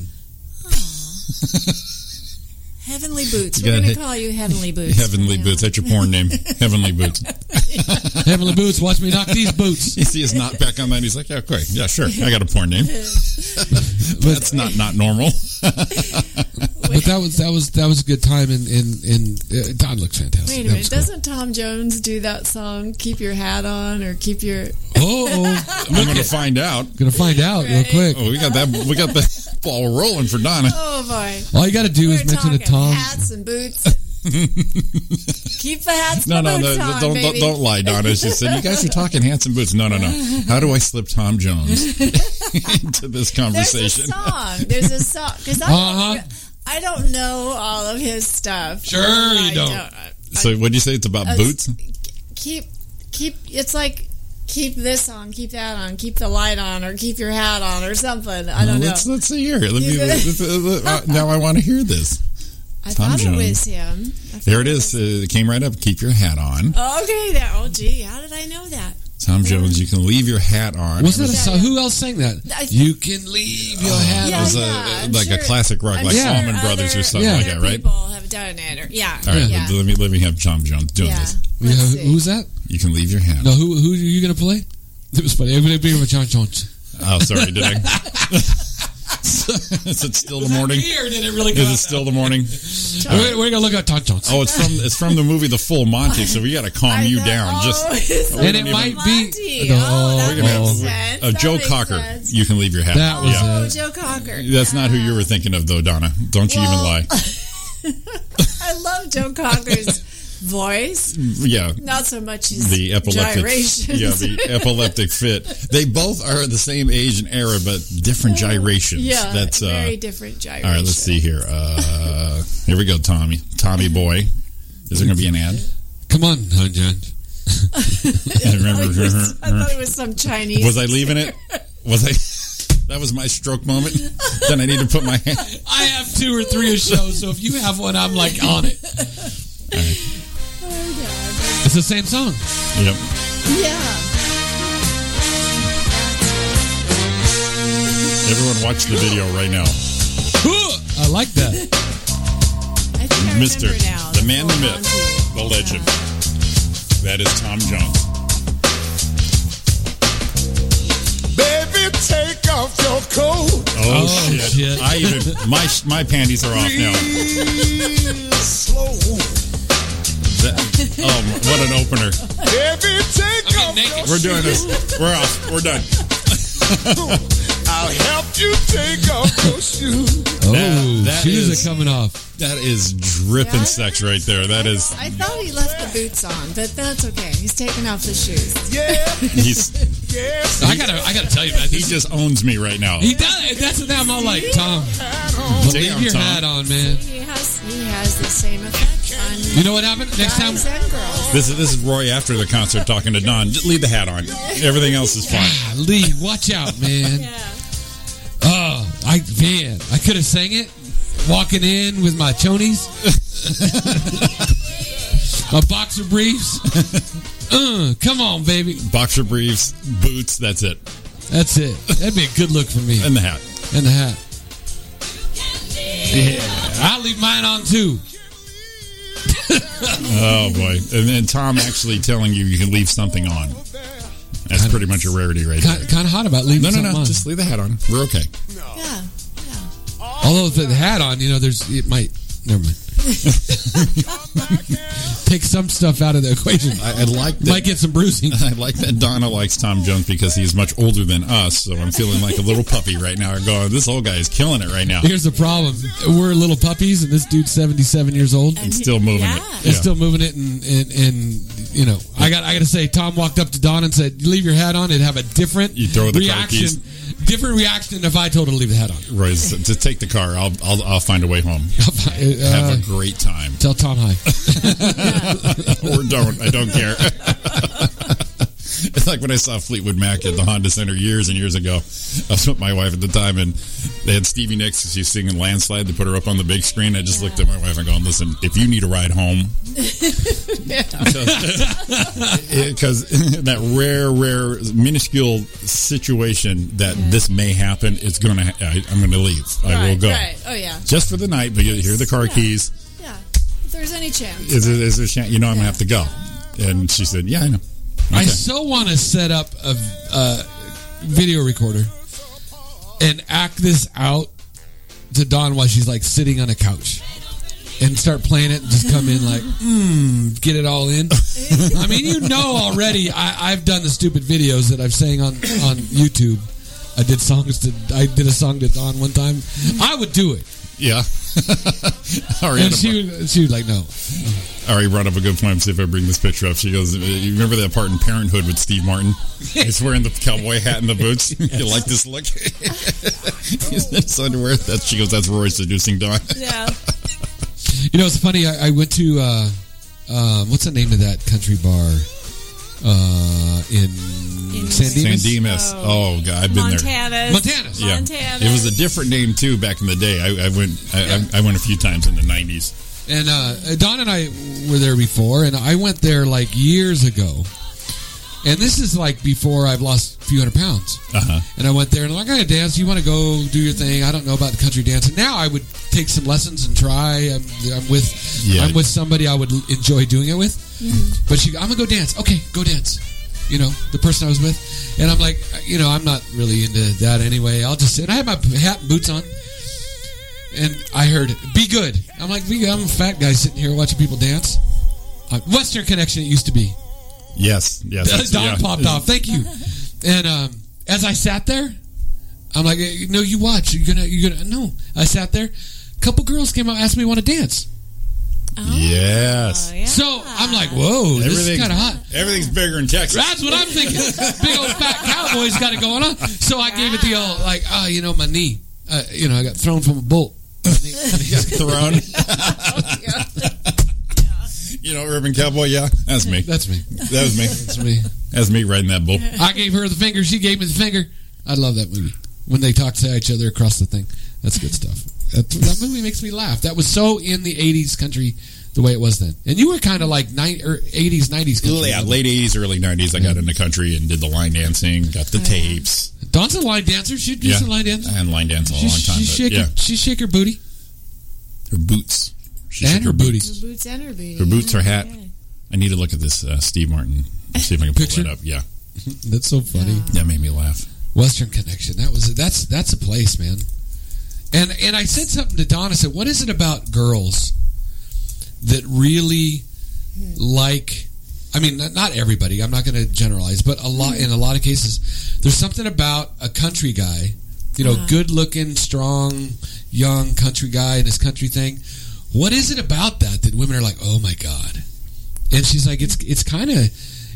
heavenly boots.
You
We're
gotta
going
hit-
to call you Heavenly Boots.
Heavenly
from now
boots.
on.
That's your porn name. Heavenly boots.
Heavenly boots, watch me knock these boots.
You see his knock back on that. He's like, yeah, okay, yeah, sure. I got a porn name. That's not not normal.
But that was that was that was a good time, and and and uh, Don looked fantastic.
Wait
That
a minute.
was cool.
Doesn't Tom Jones do that song, Keep Your Hat On or Keep Your.
Oh, oh,
I'm going to find out.
gonna find out real
Right.
quick.
Oh, we got that. We got the ball rolling for Donna.
Oh, boy.
All you gotta do
We're
is mention
talking
a Tom.
hats and boots. And keep the hats
No,
and
no,
the
no,
boots
no
on,
don't, don't
baby.
don't lie, Donna. She said you guys are talking handsome boots. No, no, no. How do I slip Tom Jones into
There's
this
a
conversation?
song. There's a song. Because I, don't
Uh-huh.
I don't know all of his stuff.
Sure you
I
don't.
So, what do you say? It's about
Uh,
boots.
keep keep it's like keep this on keep that on keep the light on or keep your hat on or something i don't
Well,
know
let's let's see here. Let me.
You
Let's, let- let- now I want to hear this.
i
Tom
thought
Jones.
it was him I thought
There it is. Uh, it came right up. Keep your hat on,
was- okay there oh gee how did i know that
Tom Jones. You can leave your hat on.
Wasn't that a
Yeah,
song?
yeah.
Who else sang that?
I-
You can leave your hat.
It was
Yeah,
a,
Uh, yeah, I'm
like a
sure-
classic rock,
I'm
like
sure
Solomon Brothers
other-
or something
Yeah.
like that,
other
right?
people have done it or yeah
All right,
yeah,
let, let me let me have Tom Jones doing
yeah.
this.
Yeah,
Let's
who,
see.
who's that?
You can leave your hat.
No, who who are you gonna play? It was funny. Everybody be with John Jones.
Oh, sorry, did I? Is it still the morning?
Here did it really
Is it still the morning?
We're, we're gonna look at John Jones.
Oh, it's from it's from the movie The Full Monty. So we got to calm
I
you
thought-
down. Just
oh, it's
we
and
don't
it
even-
might be
Monty.
No,
Oh, that
We're gonna have-
makes sense.
uh,
Oh, That
Joe
makes
Cocker.
sense.
You can leave your hat.
That was
yeah.
oh joe cocker
That's not who you were thinking of, though, Donna. Don't you
Well-
even lie.
i love joe cocker's voice
Yeah,
not so much his
the epileptic.
gyrations.
Yeah, the epileptic fit. They both are the same age and era, but different gyrations.
Yeah,
that's uh,
very different gyration.
all right. Let's see here. Uh, here we go, Tommy. Tommy boy. Is there going to be an ad?
Come on, John Jones.
I remember.
I was- I thought it was some Chinese.
Was I leaving it? Was I? That was my stroke moment. then I need to put my hand.
I have two or three a show, so if you have one, I'm like on it. It's the same song.
Yep.
Yeah.
Everyone, watch the video right now.
I like that.
I think I
Mister,
remember now.
the man, the
full
myth, the
Monty.
legend. That is Tom Jones.
Baby, take off your coat.
Oh,
Oh,
shit.
shit.
I even my my panties are off now.
Real slow.
That- oh, what an opener!
Baby, take off your
We're doing this. We're off. We're done.
I'll help you take off your shoes.
Oh,
that
shoes
is-
are coming off.
That is dripping
Yeah.
sex right there. That is.
I thought he left the boots on, but that's okay. He's taking off the shoes.
Yeah,
He's
yes,
I gotta, I gotta tell you, man.
he just owns me right now.
He does. That's the thing. I'm all like, Tom,
at home.
believe
Damn,
your
Tom.
hat on, man.
He has he has the same effect on
You know what happened? Next time,
guys and girls.
This is this is Roy after the concert talking to Don. Just leave the hat on. Everything else is fine.
ah, Lee, watch out, man.
Yeah.
Oh, I man, I could have sang it walking in with my chonies, my boxer briefs. Uh, come on, baby.
Boxer briefs, boots. That's it.
That's it. That'd be a good look for me.
And the hat.
And the hat. Yeah, I'll leave mine on too.
Oh boy. And then Tom actually telling you you can leave something on. That's pretty much a rarity right
Kind,
there.
kind of hot about leaving
No, no,
something
no.
on.
Just leave the hat on. We're okay.
Yeah.
All Although the hat on, you know, there's it might. Never mind. Take some stuff out of the equation.
I, I like that.
Might get some bruising.
I like that Donna likes Tom Jones because he is much older than us. So I'm feeling like a little puppy right now. I'm going, this old guy is killing it right now.
Here's the problem: we're little puppies, and this dude's 77 years old.
And still moving
Yeah.
it.
is still moving it, and, and and you know, I got I got to say, Tom walked up to Don and said, "Leave your hat on." It'd have a different
You throw the car keys.
reaction, different reaction than if I told her to leave the hat on.
Roy, said, to take the car. I'll, I'll, I'll find a way home. Have
Uh,
a great time.
tell Tom hi.
or don't. I don't care. it's like when I saw Fleetwood Mac at the Honda Center years and years ago. I was with my wife at the time, and they had Stevie Nicks. She's singing "Landslide." They put her up on the big screen. I just looked at my wife and going, "Listen, if you need a ride home." Because that rare, rare, minuscule situation that this may happen, it's gonna. ha- I, I'm gonna leave. I will
Right,
go
Right. Oh yeah.
just for the night. But you hear the car
Yeah.
keys
Yeah. If there's any chance.
is there, is there a chance you know I'm gonna have to go? And she said, Yeah, I know.
I
Okay.
so want to set up a uh, video recorder and act this out to Dawn while she's like sitting on a couch and start playing it and just come in like, mm, get it all in. I mean, you know already I, I've done the stupid videos that I've sang on, on YouTube. I did songs to, I did a song to Dawn one time. I would do it.
Yeah. Ari,
And
had
she, would- she was like, no.
a, Ari brought up a good point. Let's See if I bring this picture up. She goes, "Uh, You remember that part in Parenthood with Steve Martin? He's wearing the cowboy hat and the boots. you like this look? He's in his underwear. That, she goes, That's Roy seducing Dawn.
Yeah.
You know, it's funny. I, I went to uh, uh, what's the name of that country bar uh, in, San
San
Dimas,
Dimas. Oh, God. I've been there.
Montana's.
Montana.
Yeah.
Montana.
It was a different name, too, back in the day. I, I went I, I, I went a few times in the 90s.
And uh, Don and I were there before, and I went there like years ago. And this is like before I've lost a few hundred pounds.
Uh-huh.
And I went there and I'm like, I dance. You want to go do your thing? I don't know about the country dance. And now I would take some lessons and try. I'm, I'm with,
Yeah.
I'm with somebody I would l- enjoy doing it with. But she, I'm gonna go dance. Okay, go dance. You know, the person I was with, and I'm like, you know, I'm not really into that anyway. I'll just sit. I had my hat and boots on, and I heard, "Be good." I'm like, "Be good." I'm a fat guy sitting here watching people dance. Uh, Western Connection, it used to be.
Yes. Yes. that's-
Don
yeah.
popped off. Thank you. And um, as I sat there, I'm like, eh, no, you watch. You're gonna, you're gonna. No, I sat there. couple girls came up, asked me, want to dance.
Yes.
Oh, yeah.
So I'm like, whoa, this is
Everything's-
kind of hot.
Everything's bigger in Texas.
That's what I'm thinking. Big old fat cowboy's got it going on. So I gave it the old like, ah, you know, my knee. Uh, you know, I got thrown from a bolt.
thrown. you know, Urban Cowboy, yeah. That's me.
That's me.
That was me.
That's me.
That's me riding that bull.
I gave her the finger. She gave me the finger. I love that movie. When they talk to each other across the thing, that's good stuff. That, that movie makes me laugh. That was so in the '80s country, the way it was then. And you were kind of like ni- or '80s, '90s. Country.
Yeah, late 80s, early 90s, I got in the country and did the line dancing, got the tapes.
Dawn's a line dancer. She used
Yeah.
to line dance.
I hadn't line danced in a
She,
long
she
time, but
shake
yeah.
her, she shake her booty
Her boots. She shook
and her booty.
Her boots and her booty.
Her boots, her hat. I need to look at this uh, Steve Martin. See if I can pull
Picture?
that up. Yeah,
That's so funny.
that made me laugh.
Western Connection. That was that's that's a place, man. And and I said something to Don. I said, "What is it about girls that really like?" I mean, not, not everybody. I'm not going to generalize, but a lot in a lot of cases, there's something about a country guy, you know, good looking, strong, young country guy and his country thing. What is it about that that women are like, "Oh my god"? And she's like, "It's it's kind of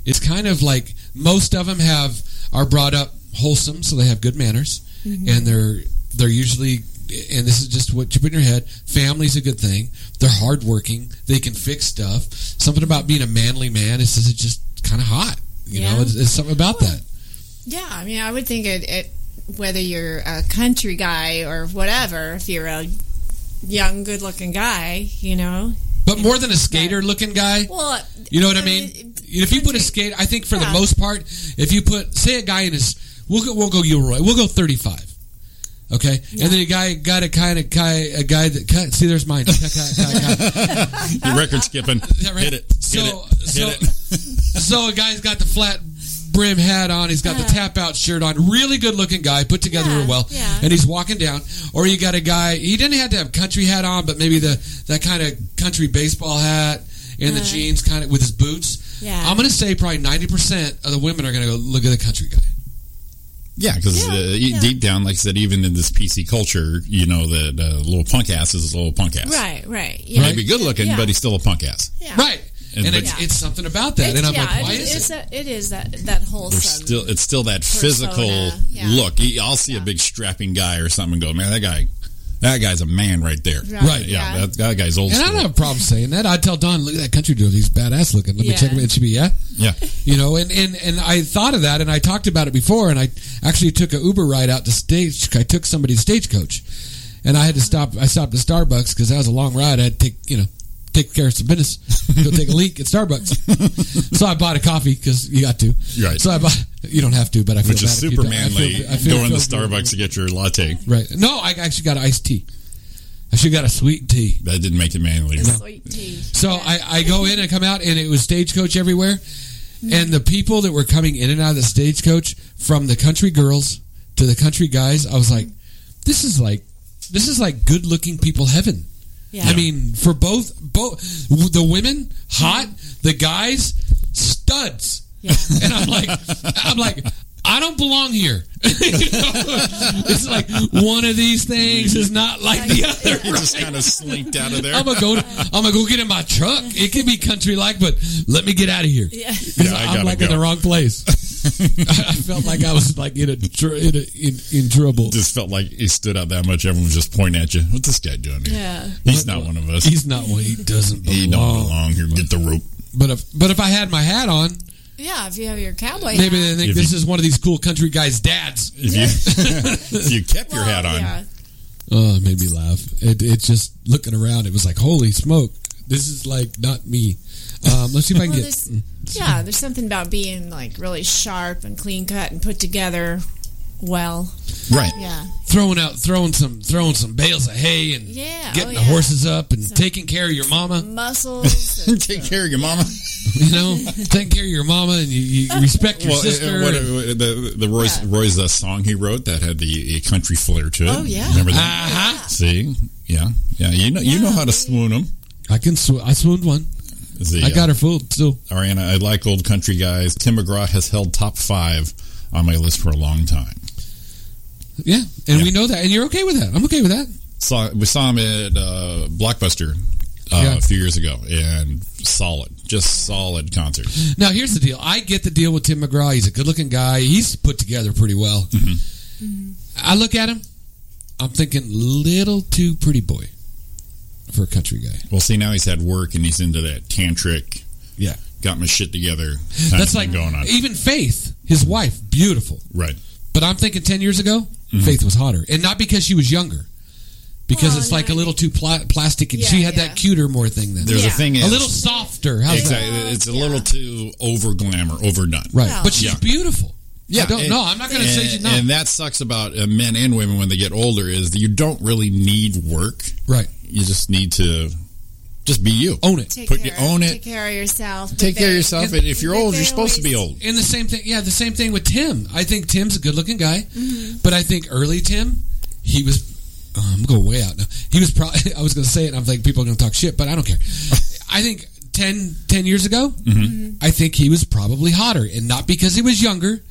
it's kind of like most of them have are brought up wholesome, so they have good manners,
Mm-hmm.
and they're they're usually and this is just what you put in your head. Family's a good thing. They're hardworking. They can fix stuff. Something about being a manly man is is just kind of hot. You know,
Yeah.
it's, it's something about that.
Yeah, I mean, I would think it, it whether you're a country guy or whatever, if you're a young, good-looking guy, you know.
But more than a skater looking guy,
Well,
you know what I mean. If you put a skate, I think for the
Uh, Yeah.
most part, if you put say a guy in his, we'll go, we'll go Gilroy, we'll go thirty five. Okay, and then a guy got a kind of guy, a guy that cut. See, there's mine. Cut, cut, cut, cut.
Your record skipping.
that right?
Hit it. Hit
So-
it. Hit
so-
it.
So a guy's got the flat brim hat on. He's got the
Yeah.
tap out shirt on. Really good looking guy, put together
Yeah,
real well.
yeah.
And he's walking down. Or you got a guy. He didn't have to have country hat on, but maybe the that kind of country baseball hat and the
Uh.
jeans, kind of with his boots.
Yeah.
I'm gonna say probably ninety percent of the women are gonna go look at the country guy.
Yeah, because
Yeah,
uh, e-
yeah.
deep down, like I said, even in this PC culture, you know that uh, little punk ass is a little punk ass.
Right, right. Yeah.
Maybe good looking,
Yeah.
but he's still a punk ass.
Yeah.
Right.
And
And,
but-
it's, it's something about that.
It's-
and I'm
yeah,
like, why
it
is
is
it?
that- it is that that wholesome.
There's still it's still that physical
yeah.
look. You- I'll see a
Yeah.
big strapping guy or something and go, man, that guy, that guy's a man right there.
Right,
Yeah, That, that guy's old.
And I
school.
don't have a problem saying that. I'd tell Don, look at that country dude. He's badass looking. Let me
Yeah.
check him. It should be, yeah.
Yeah,
You know, and, and, and I thought of that and I talked about it before and I actually took a Uber ride out to stage. I took somebody's stagecoach and I had to stop. I stopped at Starbucks because that was a long ride. I had to take, you know, take care of some business. Go take a leak at Starbucks. so I bought a coffee because you got to.
Right.
So I bought, you don't have to, but I feel
which is
bad if you
super
don't. I feel-
manly.
I feel-
Going to
feel-
Starbucks to get your latte.
Right. No, I actually got an iced tea. I should got a sweet tea.
That didn't make it manly.
Sweet tea.
So I, I go in and come out, and it was stagecoach everywhere. And the people that were coming in and out of the stagecoach, from the country girls to the country guys, I was like, this is like, this is like good looking people heaven.
Yeah.
I mean, for both, both the women hot, the guys studs.
Yeah.
And I'm like, I'm like, I don't belong here. You know? It's like one of these things is not like the other.
He just kind of slinked out of there.
I'm gonna go. I'm gonna go get in my truck. It can be country like, but let me get out of here.
Yeah.
'Cause
I gotta
I'm like
go.
in the wrong place. I, I felt like I was like in a, tr- in, a in, in trouble.
just felt like he stood out that much. Everyone was just pointing at you. What's this guy doing here?
Yeah.
He's not one of us.
He's not. Well, he doesn't belong.
he don't belong here. Get the rope.
But if but if I had my hat on,
Yeah, if you have your cowboy hat.
maybe they think
If
this
you-
is one of these cool country guys' dads.
If you, if you kept your
Well,
hat on,
Yeah.
Oh, it made me laugh. It, it just looking around. It was like, holy smoke, this is like not me. Um, let's see if I can
Well,
get.
there's, yeah, there's something about being like really sharp and clean cut and put together well.
right?
Yeah.
throwing out throwing some throwing some bales of hay and
Yeah,
getting
oh,
the
yeah.
horses up and taking care of your mama
Muscles. and-
Take care of your mama.
you know taking care of your mama and you, you respect your
Well,
sister
uh, what, uh,
and-
the the Roy's, Roy's uh, song he wrote that had the, uh country flair to it.
Oh, yeah. Ah.
remember that?
uh-huh
See, yeah, yeah. You know, you know how to swoon them.
I can sw- I swooned one
The,
I got her fooled still
uh, Ariana. I like old country guys. Tim McGraw has held top five on my list for a long time.
yeah and
Yeah.
we know that and you're okay with that I'm okay with that
Saw we saw him at uh, Blockbuster. Uh,
Yeah.
A few years ago, and solid, just solid concert.
now here's the deal I get the deal with Tim McGraw he's a good looking guy he's put together pretty well
Mm-hmm.
I look at him I'm thinking little too pretty boy for a country guy
Well, see, now he's had work and he's into that tantric.
Yeah.
got my shit together. kind of
that's like
thing going on,
even Faith his wife beautiful
right?
But I'm thinking 10 years ago,
Mm-hmm.
Faith was hotter. And not because she was younger, because
Well,
it's like a
no,
little too pla- plastic, and
Yeah,
she had
yeah.
that cuter more thing then.
There's a
Yeah.
thing.
A
is-
little softer. How's
Exactly.
that?
It's a little too over glamour, overdone.
Right.
Well.
But she's
Yeah.
beautiful. I don't
and-
know. I'm not going to say she's
and-
not.
And that sucks about uh, men and women when they get older is that you don't really need work.
right.
You just need to just be you.
Own it.
Take
Put-
care,
own it.
Take care of yourself. but
Take care of
they-
yourself. And if you're
but
old,
they
you're supposed to be
always-
old.
And the same thing. Yeah, the same thing with Tim. I think Tim's a good looking guy.
Mm-hmm.
But I think early Tim, he was. oh, I'm going way out now. He was probably. I was going to say it. and I'm like, people are going to talk shit, but I don't care. I think 10, 10 years ago,
Mm-hmm.
Mm-hmm.
I think he was probably hotter. And not because he was younger,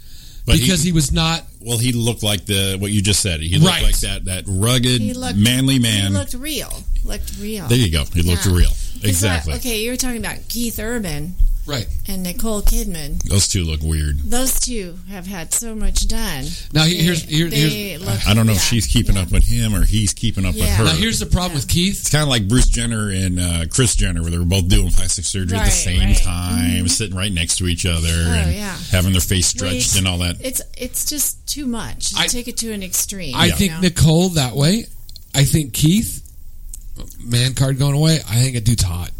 But
because he,
he,
was not
well, he looked like the what you just said. He looked
Right.
like that that rugged,
He looked-
manly
He
man.
looked real. Looked real.
there you go. He looked
Yeah.
real.
It's not-
Exactly.
okay, you were talking about Keith Urban
right
and Nicole Kidman.
Those two look weird.
Those two have had so much done.
now. he- Here's here,
They
here's
look-
I don't know if
yeah,
she's keeping
yeah.
up with him or he's keeping up with
Yeah.
her.
now here's the problem with Keith.
it's kind of like Bruce Jenner and uh, Chris Jenner, where they were both doing plastic surgery at the
Right,
same
right. Mm-hmm. Oh,
time, sitting right next to each other, and
yeah.
having their face stretched
Wigs.
and all that.
It's it's just too much. You
I-
take it to an extreme.
I
you
think
know?
Nicole that way. I think Keith, man card going away. I think a dude's hot.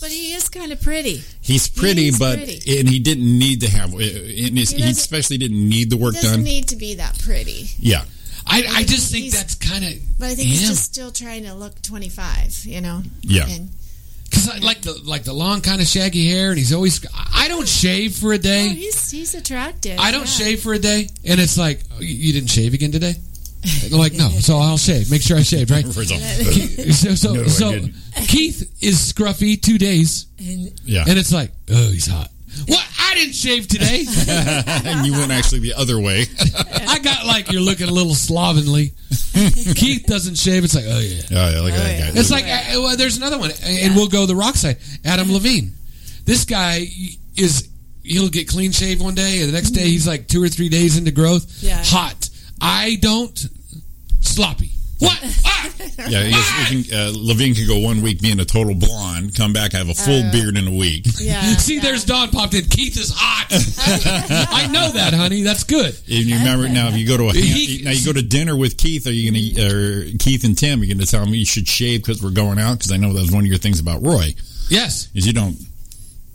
but he is kind of pretty.
He's pretty,
He's
but
pretty.
and he didn't need to have. And his,
He
he
doesn't-
especially didn't need the work
Doesn't
done.
need to be that pretty.
yeah,
I, I just think
He's-
that's kind of
But I think he's
Yeah.
just still trying to look 25, you know?
Yeah.
And
He's like, like the like the long kind of shaggy hair, and he's always. I don't shave for a
Oh,
day.
he's he's attractive.
I don't
yeah.
shave for a day, and it's like "Oh, you- you didn't shave again today. Like no, so I'll shave. Make sure I shaved, right?
For example.
So so,
No, I
so
didn't.
Keith is scruffy two days,
And
yeah.
and it's like oh he's hot. What? I didn't shave today.
and you went actually the other way.
I got like you're looking a little slovenly. Keith doesn't shave. It's like oh yeah.
Oh, yeah, look at that guy.
It's like uh, well, there's another one, and we'll go the rock side. Adam Levine. This guy is he'll get clean shave one day, and the next day he's like two or three days into growth.
Yeah.
Hot. I don't sloppy. What? Ah!
yeah, he is- he can, uh, Levine could go one week being a total blonde, come back, have a full beard in a week.
Yeah.
See, there's Don popped in. Keith is hot. I know that, honey. That's good.
If you remember now, if you go to a
He-
now you go to dinner with Keith, are you gonna or Keith and Tim? Are you gonna tell me you should shave because we're going out? Because I know that was one of your things about Roy
Yes.
is you don't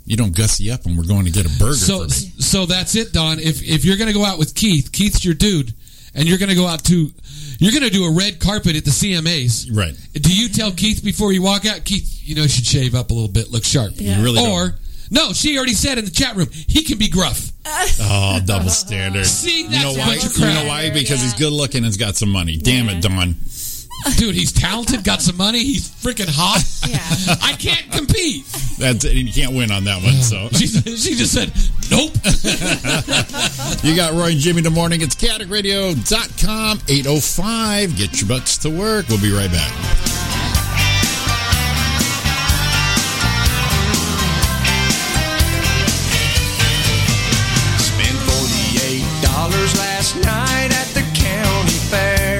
you don't gussy up when we're going to get a burger.
So,
for me.
so that's it, Don. If if you're gonna go out with Keith, Keith's your dude, and you're gonna go out to, you're gonna do a red carpet at the CMAs.
right,
Do you tell Keith before you walk out, Keith, you know, you should shave up a little bit, look sharp?
you really
or, no, she already said in the chat room, he can be gruff.
don't. oh double standard.
See,
you
that's
know why?
what
You
you're
know why? Because he's good looking and's got some money. Damn it, Don.
Dude, he's talented, got some money, he's freaking hot.
Yeah.
I can't compete.
That's you can't win on that one. So
She, she just said, nope.
You got Roy and Jimmy in the morning. It's CatticRadio.com, 805. Get your butts to work. We'll be right back.
Spent forty-eight dollars last night at the county fair.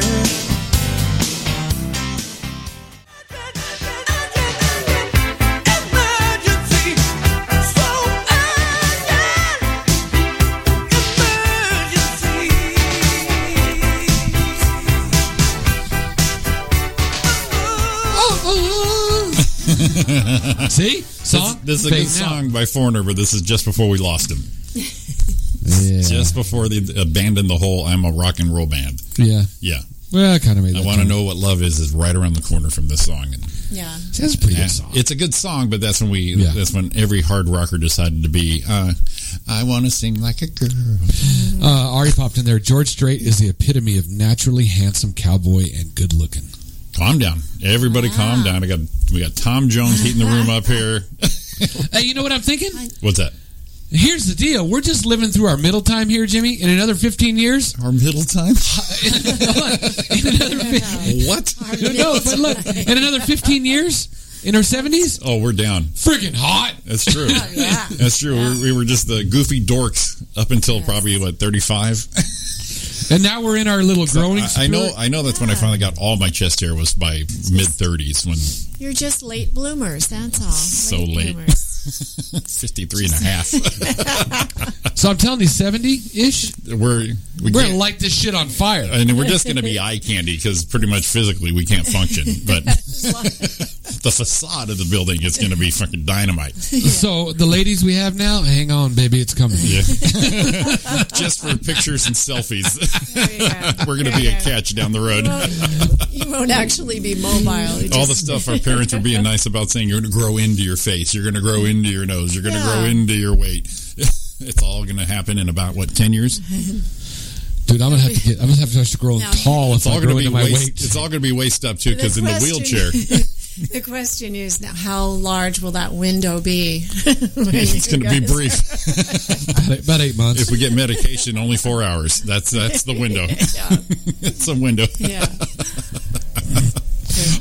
See?
This,
Song?
this is a
Fade
good
now.
song by Foreigner, but this is just before we lost him.
Yeah.
Just before they abandoned the whole I'm a rock and roll band.
yeah.
Yeah.
Well, I kind of made
I
that
want to
joke.
know what love is is right around the corner from this song. And
Yeah.
That's a pretty
Yeah,
good song.
It's a good song, but that's when we
Yeah.
that's when every hard rocker decided to be uh, I want to sing like a girl.
Uh, Ari popped in there. George Strait is the epitome of naturally handsome cowboy and good looking.
Calm down. Everybody calm down. I got we got Tom Jones heating the room up here.
Hey, you know what I'm thinking?
What's that?
Here's the deal. We're just living through our middle time here, Jimmy. In another 15 years,
Our middle time?
in another, fif-
What?
no, but look, in another 15 years, in her 70s,
Oh, we're down.
freaking hot.
That's true. That's true. We, we were just the goofy dorks up until probably what thirty five.
And now we're in our little growing.
I, I know.
spirit.
I know. That's when I finally got all my chest hair was by mid thirties when
You're just late bloomers. That's all.
So late.
bloomers.
53 and a half.
So I'm telling you, 70-ish,
we're we
we're going to
can't,
light this shit on fire.
and we're just going to be eye candy because pretty much physically we can't function. But the facade of the building is going to be fucking dynamite.
So the ladies we have now, hang on, baby, it's coming.
Yeah. just for pictures and selfies,
There you go.
we're going to be a catch down the road.
You won't actually be mobile. You
all
just-
the stuff our parents were being nice about saying you're going to grow into your face, you're going to grow into your nose, you're going to grow
Yeah.
into your weight. It's all going to happen in about what ten years.
Mm-hmm. Dude, I'm going to have to get, I'm going to have to start growing
No.
tall if
It's all
I
going
grow
to be
into my
waist.
weight.
It's all going to be waist up too, because in the
question-
wheelchair,
The question is now, how large will that window be?
it's going to be brief.
About eight months.
If we get medication, only four hours. That's that's the window.
Yeah.
it's a window.
Yeah.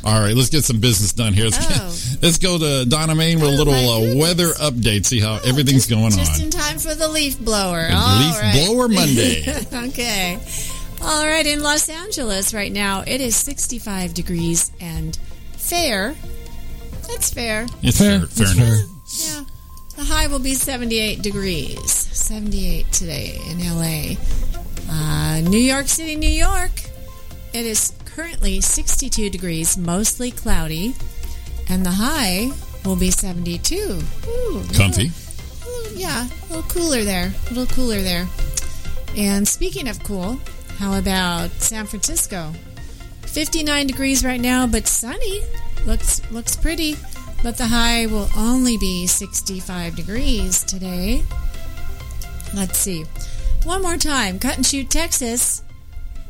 All right, let's get some business done here. Let's, get-
Oh.
let's go to Donna Main with a
Oh,
little
my
uh,
goodness. Oh,
weather update. See how everything's going
Just
on.
in time for the leaf blower.
Leaf
All right.
blower Monday.
okay. All right, in Los Angeles right now, it is 65 degrees and fair. That's fair.
It's
Fair.
fair, fair,
It's
enough.
fair.
Yeah. The high will be 78 degrees. 78 today in LA. Uh, New York City, New York. It is currently 62 degrees, mostly cloudy, and the high will be 72. Ooh,
Comfy.
a little- yeah, a little cooler there. A little cooler there. And speaking of cool, how about San Francisco? 59 degrees right now, but sunny. Looks looks pretty. But the high will only be 65 degrees today. Let's see. One more time. Cut and Shoot, Texas.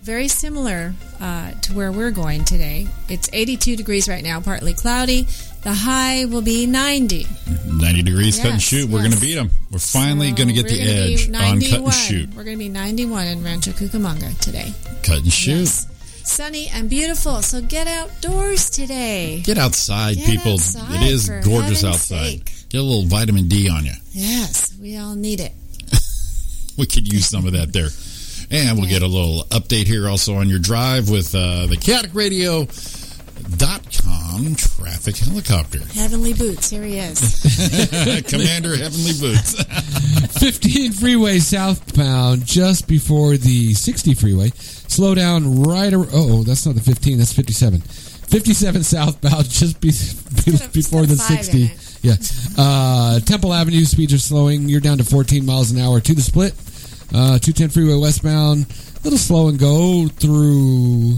Very similar uh, to where we're going today. It's 82 degrees right now, partly cloudy. The high will be 90.
90 degrees, cut and
Yes,
shoot. We're
yes.
going to beat them. We're finally
So
going to get the
we're gonna be
edge on cut and
91.
shoot.
We're going to be 91 in Rancho Cucamonga today.
Cut and shoot.
Yes. Sunny and beautiful. So get outdoors today.
Get outside,
Get
people.
outside,
it is
for
gorgeous
heaven's
outside.
sake.
Get a little vitamin D on you.
Yes, we all need it.
We could use some of that there. And we'll get a little update here also on your drive with uh, the chaotic radio. Dot com traffic helicopter.
Heavenly boots. Here he is.
Commander Heavenly Boots.
15 freeway southbound just before the 60 freeway. Slow down right. Ar- oh, that's not the 15. That's 57. 57 southbound just be- be-
got a-
before
it's got
the
a five
60.
in it.
Yeah. Uh, Temple Avenue speeds are slowing. You're down to 14 miles an hour to the split. Uh, 210 freeway westbound. Little slow and go through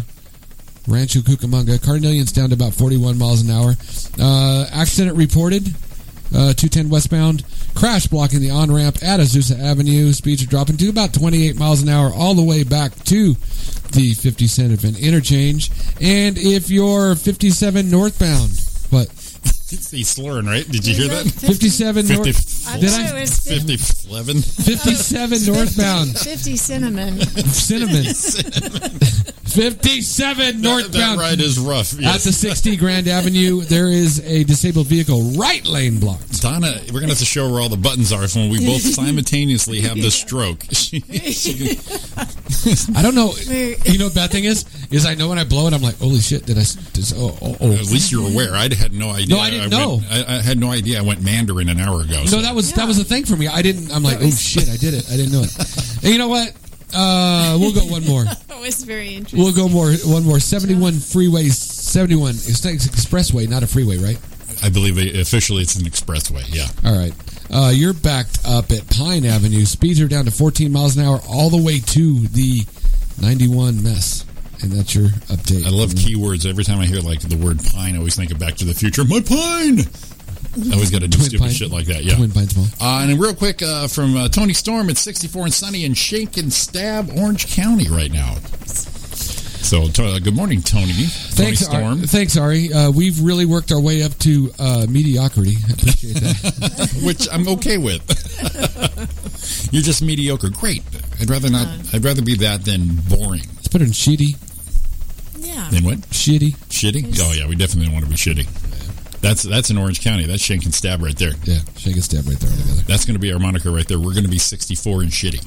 Rancho Cucamonga. Carnelian's down to about 41 miles an hour. Uh, accident reported. Uh, 210 westbound. Crash blocking the on ramp at Azusa Avenue. Speeds are dropping to about 28 miles an hour all the way back to the 57 of an interchange. And if you're 57 northbound, what?
He's slurring, right? Did you hear that?
57
50,
north.
I
Did
thought
I-
it was 50,
50, 11.
57 northbound.
50 cinnamon.
Cinnamon. 57
That, that
northbound.
ride is rough.
At
Yes.
the 60 Grand Avenue, there is a disabled vehicle right lane blocked.
Donna, we're gonna have to show her where all the buttons are when we both simultaneously have the stroke. She- she-
I don't know. You know, bad thing is, is I know when I blow it, I'm like, holy shit, did I? s- Did, oh, oh, oh.
at least you're aware. I had no idea.
No, I didn't
went-
know.
I, I had no idea. I went Mandarin an hour ago.
No, that was that was the thing for me. I didn't. I'm like, oh shit, I did it. I didn't know it. And you know what? Uh, we'll go one more.
That was very interesting.
We'll go more. One more. 71 freeway. 71. It's not- it's expressway, not a freeway, right?
I believe it- officially it's an expressway. Yeah,
All right. Uh, you're backed up at Pine Avenue. Speeds are down to 14 miles an hour, all the way to the 91 mess. And that's your update.
I love
Mm-hmm.
keywords. Every time I hear like the word pine, I always think of Back to the Future. My pine. I always got to do
Twin
stupid
pine-
shit like that. Yeah.
Twin Pines Mall.
Uh, and then real quick uh, from uh, Tony Storm, it's 64 and sunny in Shake and Stab, Orange County right now. So, to- uh, good morning, Tony.
Thanks,
Tony Storm.
Ari. Thanks, Ari. Uh, we've really worked our way up to uh, mediocrity. I appreciate that.
which I'm okay with. You're just mediocre. Great. I'd rather not.
Uh-huh.
I'd rather be that than boring.
It's better than shitty.
Yeah.
Than what?
Shitty.
Shitty? Oh yeah, we definitely don't want to be shitty. That's that's in Orange County. That's shank and stab right there.
Yeah, shake and stab right there together.
That's going to be our moniker right there. We're going to be 64 and shitty.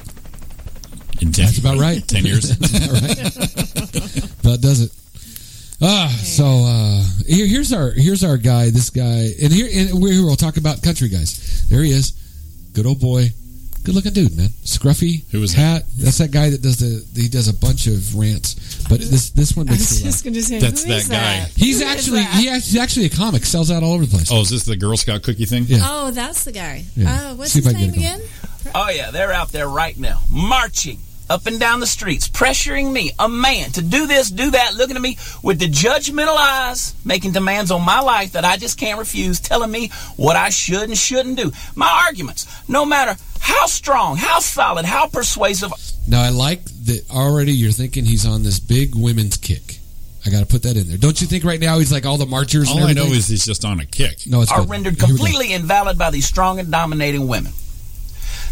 In ten,
That's about right.
Ten years.
That's about right. that does it. Ah, so uh, here, here's our here's our guy. This guy, and here and we're, here we'll talk about country guys. There he is, good old boy, good looking dude, man. Scruffy,
Who is that?
hat. That's that guy that does the he does a bunch of rants, but this this one
I
makes
was
me laugh.
just going to say,
That's
who is
that guy.
that?
He's
Who is
actually
that?
he act- he's actually a comic, sells out all over the place.
Oh, is this the Girl Scout cookie thing?
Yeah.
Oh, that's the guy.
Yeah.
Oh, what's
See if
his
I can
name
get it
again?
Oh, yeah, they're out there right now, marching up and down the streets, pressuring me, a man, to do this, do that, looking at me with the judgmental eyes, making demands on my life that I just can't refuse, telling me what I should and shouldn't do. My arguments, no matter how strong, how solid, how persuasive,
Now I like that already. You're thinking he's on this big women's kick. I got to put that in there. Don't you think right now he's like all the marchers?
All
and
I know
everything?
is he's just on a kick.
no. It's
are
good.
rendered
Here we go.
completely invalid by these strong and dominating women.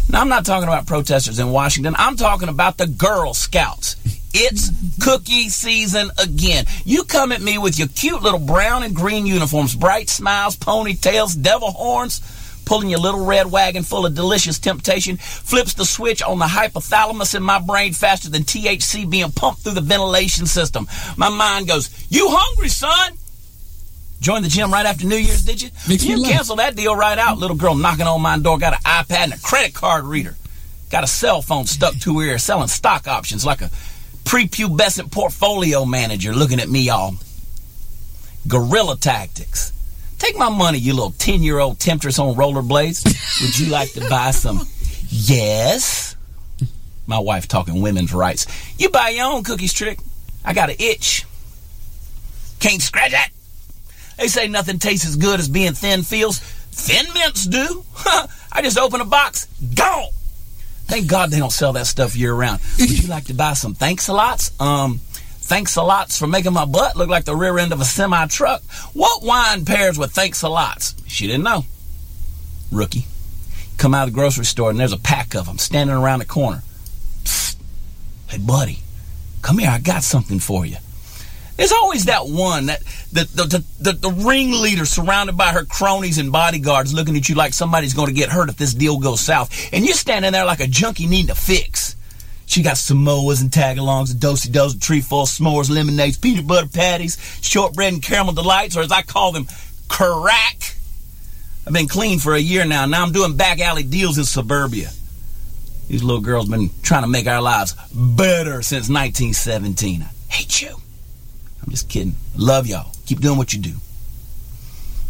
Now, I'm not talking about protesters in Washington. I'm talking about the Girl Scouts. It's cookie season again. You come at me with your cute little brown and green uniforms, bright smiles, ponytails, devil horns, pulling your little red wagon full of delicious temptation, flips the switch on the hypothalamus in my brain faster than THC being pumped through the ventilation system. My mind goes, You hungry, son? Joined the gym right after New Year's, did you?
Makes me
you
laugh.
cancel that deal right out. Little girl knocking on my door, got an iPad and a credit card reader. Got a cell phone stuck to her ear, selling stock options like a prepubescent portfolio manager looking at me all. Guerrilla tactics. Take my money, you little 10 year old temptress on rollerblades. Would you like to buy some? Yes. My wife talking women's rights. You buy your own cookies, trick. I got an itch. Can't scratch it.
They say nothing tastes as good as being thin feels. Thin mints do. I just open a box, gone. Thank God they don't sell that stuff year round. Would you like to buy some thanks a lots? Um, thanks a lots for making my butt look like the rear end of a semi truck. What wine pairs with thanks a lots? She didn't know. Rookie. Come out of the grocery store and there's a pack of them standing around the corner. Psst. Hey, buddy, come here. I got something for you. There's always that one that the the, the, the the ringleader surrounded by her cronies and bodyguards looking at you like somebody's going to get hurt if this deal goes south, and you're standing there like a junkie needing a fix. She got Samoas and tagalongs and dosey dos and treeful s'mores, lemonades, peanut butter patties, shortbread and caramel delights, or as I call them, crack. I've been clean for a year now. Now I'm doing back alley deals in suburbia. These little girls been trying to make our lives better since 1917. I hate you. I'm just kidding. Love y'all. Keep doing what you do.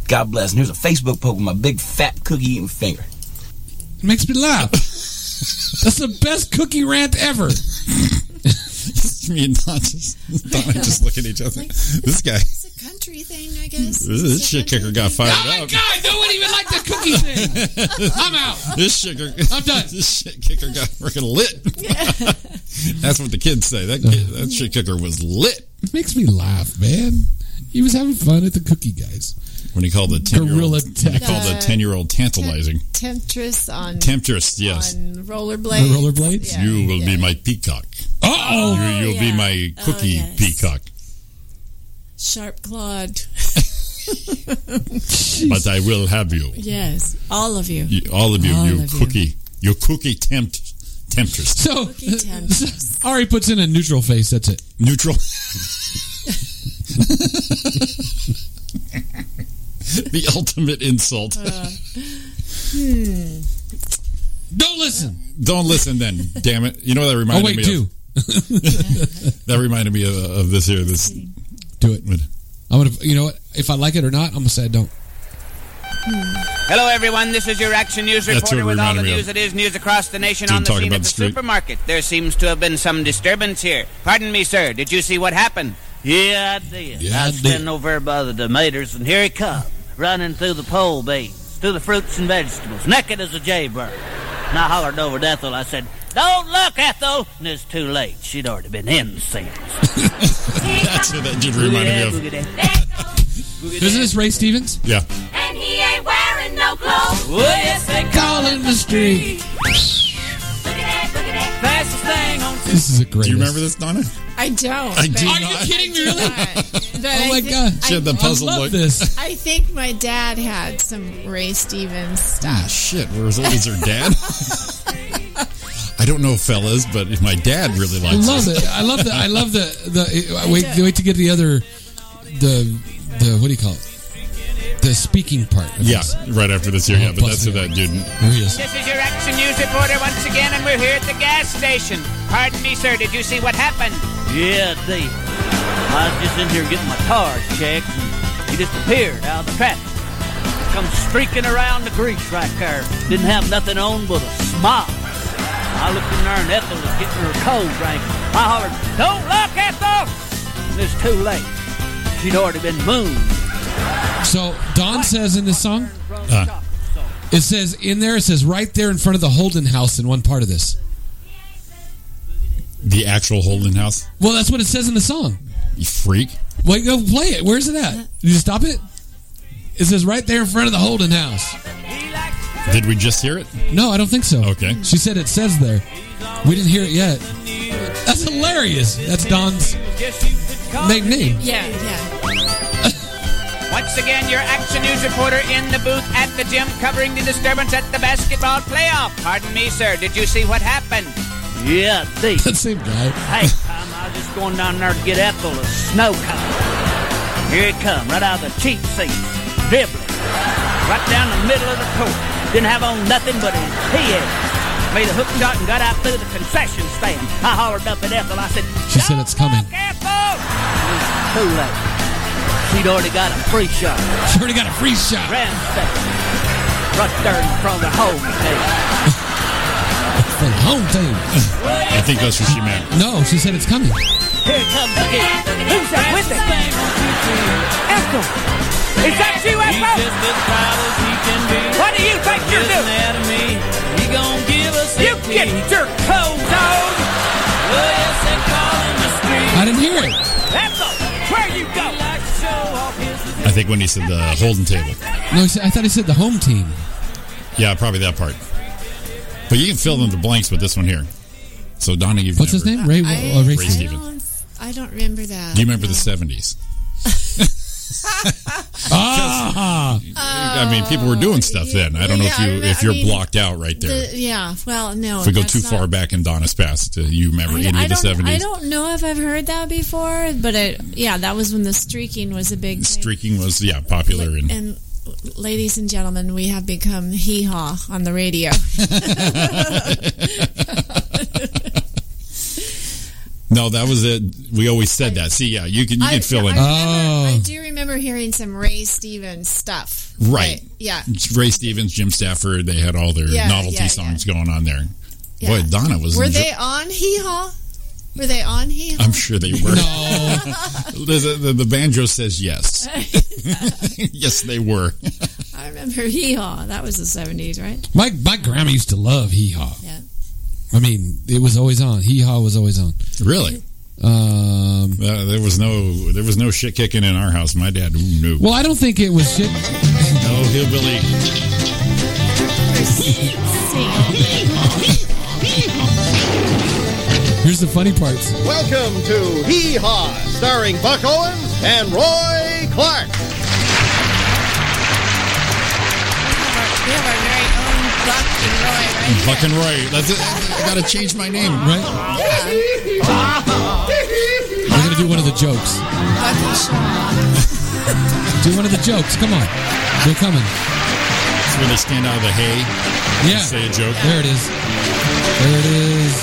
God bless. And here's a Facebook poke with my big fat cookie eating finger.
It makes me laugh. That's the best cookie rant ever.
Me and Don just, Don and I just look at each other. This guy,
It's a country thing, I guess.
this shit kicker got fired
Oh my
up.
god, no one even liked the cookie thing. I'm out.
This sugar,
I'm done.
This shit kicker got freaking lit. that's what the kids say. That kid, that shit kicker was lit
It makes me laugh, man. He was having fun at the cookie guys.
when he called the ten year
Gorilla
old. He
tech.
called the ten year old tantalizing.
Temptress on,
Temptress, yes.
on
The
rollerblades.
rollerblades.
Yeah,
You will
yeah.
be my peacock.
Uh oh.
you, you'll be
yeah.
my
Oh,
cookie
yes.
peacock.
Sharp clawed.
But I will have you.
Yes, all of you.
You- all of you,
All
you
of you.
cookie, you. cookie tempt, temptress.
So
Cookie temptress.
Ari puts in a neutral face. That's it.
Neutral. the ultimate insult.
Don't listen.
Don't listen then, damn it. You know what that
Oh
reminded
wait,
me
do
of? That reminded me of, of this here. This
do it. I'm gonna. You know what? If I like it or not, I'm gonna say I don't.
Hello, everyone. This is your Action News
That's
reporter
what it
with all the
reminded me
news
of.
that is news across the nation
Dude
on the
talking
scene
about
at
the
the
street.
supermarket. There seems to have been some disturbance here. Pardon me, sir. Did you see what happened? Yeah, I did.
Yeah, I
I was standing
did.
over by the tomatoes, and here he comes, running through the pole beans, through the fruits and vegetables, naked as a jaybird. And I hollered over to Ethel. I said, "Don't look, Ethel!" And it's too late. She'd already been in since.
that's what that did remind
Yeah,
me of.
boogity.
Isn't this Ray Stevens?
Yeah.
And he ain't wearing no clothes.
Oh, yes, they
Call in the street.
Look at that, look at that.
fastest thing on
This is a great.
Do you remember this, Donna?
I don't.
I do
Are
not.
you kidding me? Really?
oh
Oh my god.
She had the
I
puzzle
love
look.
this.
I think my dad had some Ray Stevens
Ah,
stuff.
shit. We're as old as her dad. I don't know, fellas, but if my dad really
I
likes
love it. I love the. I love the. The I wait. Wait to get the other. The the what do you call it? The speaking part. of
Yeah,
this.
right after this year.
Oh,
Yeah, but that's who
busted.
that dude.
There he is.
This is your Action News reporter once again, and we're here at the gas station. Pardon me, sir, did you see what happened? Yeah, I did. I was just in here getting my car checked, and he just appeared out of the traffic. Come streaking around the grease right there. Didn't have nothing on but a smile. I looked in there, and Ethel was getting her cold drink. I hollered, Don't look, Ethel! And it's too late. She'd already been mooned.
So Don says in this song,
Uh,
it says in there, it says right there in front of the Holden house in one part of this.
the actual Holden house.
Well, that's what it says in the song.
You freak.
Wait, go play it. Where's it at? Did you stop it? It says right there in front of the Holden house.
Did we just hear it?
No, I don't think so.
Okay.
She said it says there. We didn't hear it yet. That's hilarious. That's Don's maiden name.
Yeah, yeah.
Once again, your Action News reporter in the booth at the gym covering the disturbance at the basketball playoff. Pardon me, sir. Did you see what happened? Yeah, see.
That same guy.
hey, Tom, I was just going down there to get Ethel a snow cone. Here it come, right out of the cheap seats, dribbling, right down the middle of the court. Didn't have on nothing but his PA. Made a hook shot and got out through the concession stand. I hollered up at Ethel. I said,
She said it's coming.
"Don't look, Ethel! It was too late. She'd already got a free shot.
She already got a free shot.
Ramsey. Right there in front of the home.
for the home team.
I think that's what she meant.
No, she said it's coming.
Here comes the kid. Who's that with it? Esco. Is that you, Esco? What do you think you're doing? He gonna give us you get your clothes on. Well, yes, they call him the street.
I didn't hear it.
Esco, where you go?
I think when he said the Holden table.
No, he said, I thought he said the home team.
Yeah, probably that part. But you can fill in the blanks with this one here. So Donna, you've
What's his
never-
name? Ray.
I,
uh, Ray
Ray
I,
Stevens.
don't, I don't remember that.
Do you remember
no.
the seventies?
Ah,
I mean, people were doing stuff then. I don't know if
yeah, I
you
remember-
if you're
I mean,
blocked out right there.
The- yeah, well, no.
if we go
that's
too
not-
far back in Donna's past, uh, you remember
I,
any
I
of the
don't, I
seventies?
don't know if I've heard that before, but it, yeah, that was when the streaking was a big thing.
Streaking was yeah popular and
And ladies and gentlemen, we have become hee haw on the radio.
no, that was it. We always said that. See, yeah, you can you
I,
can fill
I,
in
remember,
Oh.
I do remember hearing some Ray Stevens stuff.
Right.
Yeah.
Ray Stevens, Jim Stafford. They had all their
Yeah,
novelty
yeah,
songs going on there.
yeah.
Boy, Donna was.
Were
enjo-
they on hee haw? Were they on hee haw?
I'm sure they
no.
were. the, the, the banjo says yes. yes, they were.
I remember hee haw. That was the seventies, right?
My my grandma used to love hee haw.
Yeah.
I mean, it was always on. Hee haw was always on.
Really?
Um,
Uh, there was no there was no shit kicking in our house. My dad, ooh, no,
well, I don't think it was shit.
no hillbilly.
Here's the funny parts.
Welcome to Hee Haw, starring Buck Owens and Roy Clark.
We have our very own Buck and Roy, right?
Fucking right. That's it. I gotta change my name.
Right? We're gonna do one of the jokes.
Buck and Shaw.
Do one of the jokes. Come on, they're coming.
That's where they stand out of the hay,
Yeah,
say a joke.
there it is. There it is.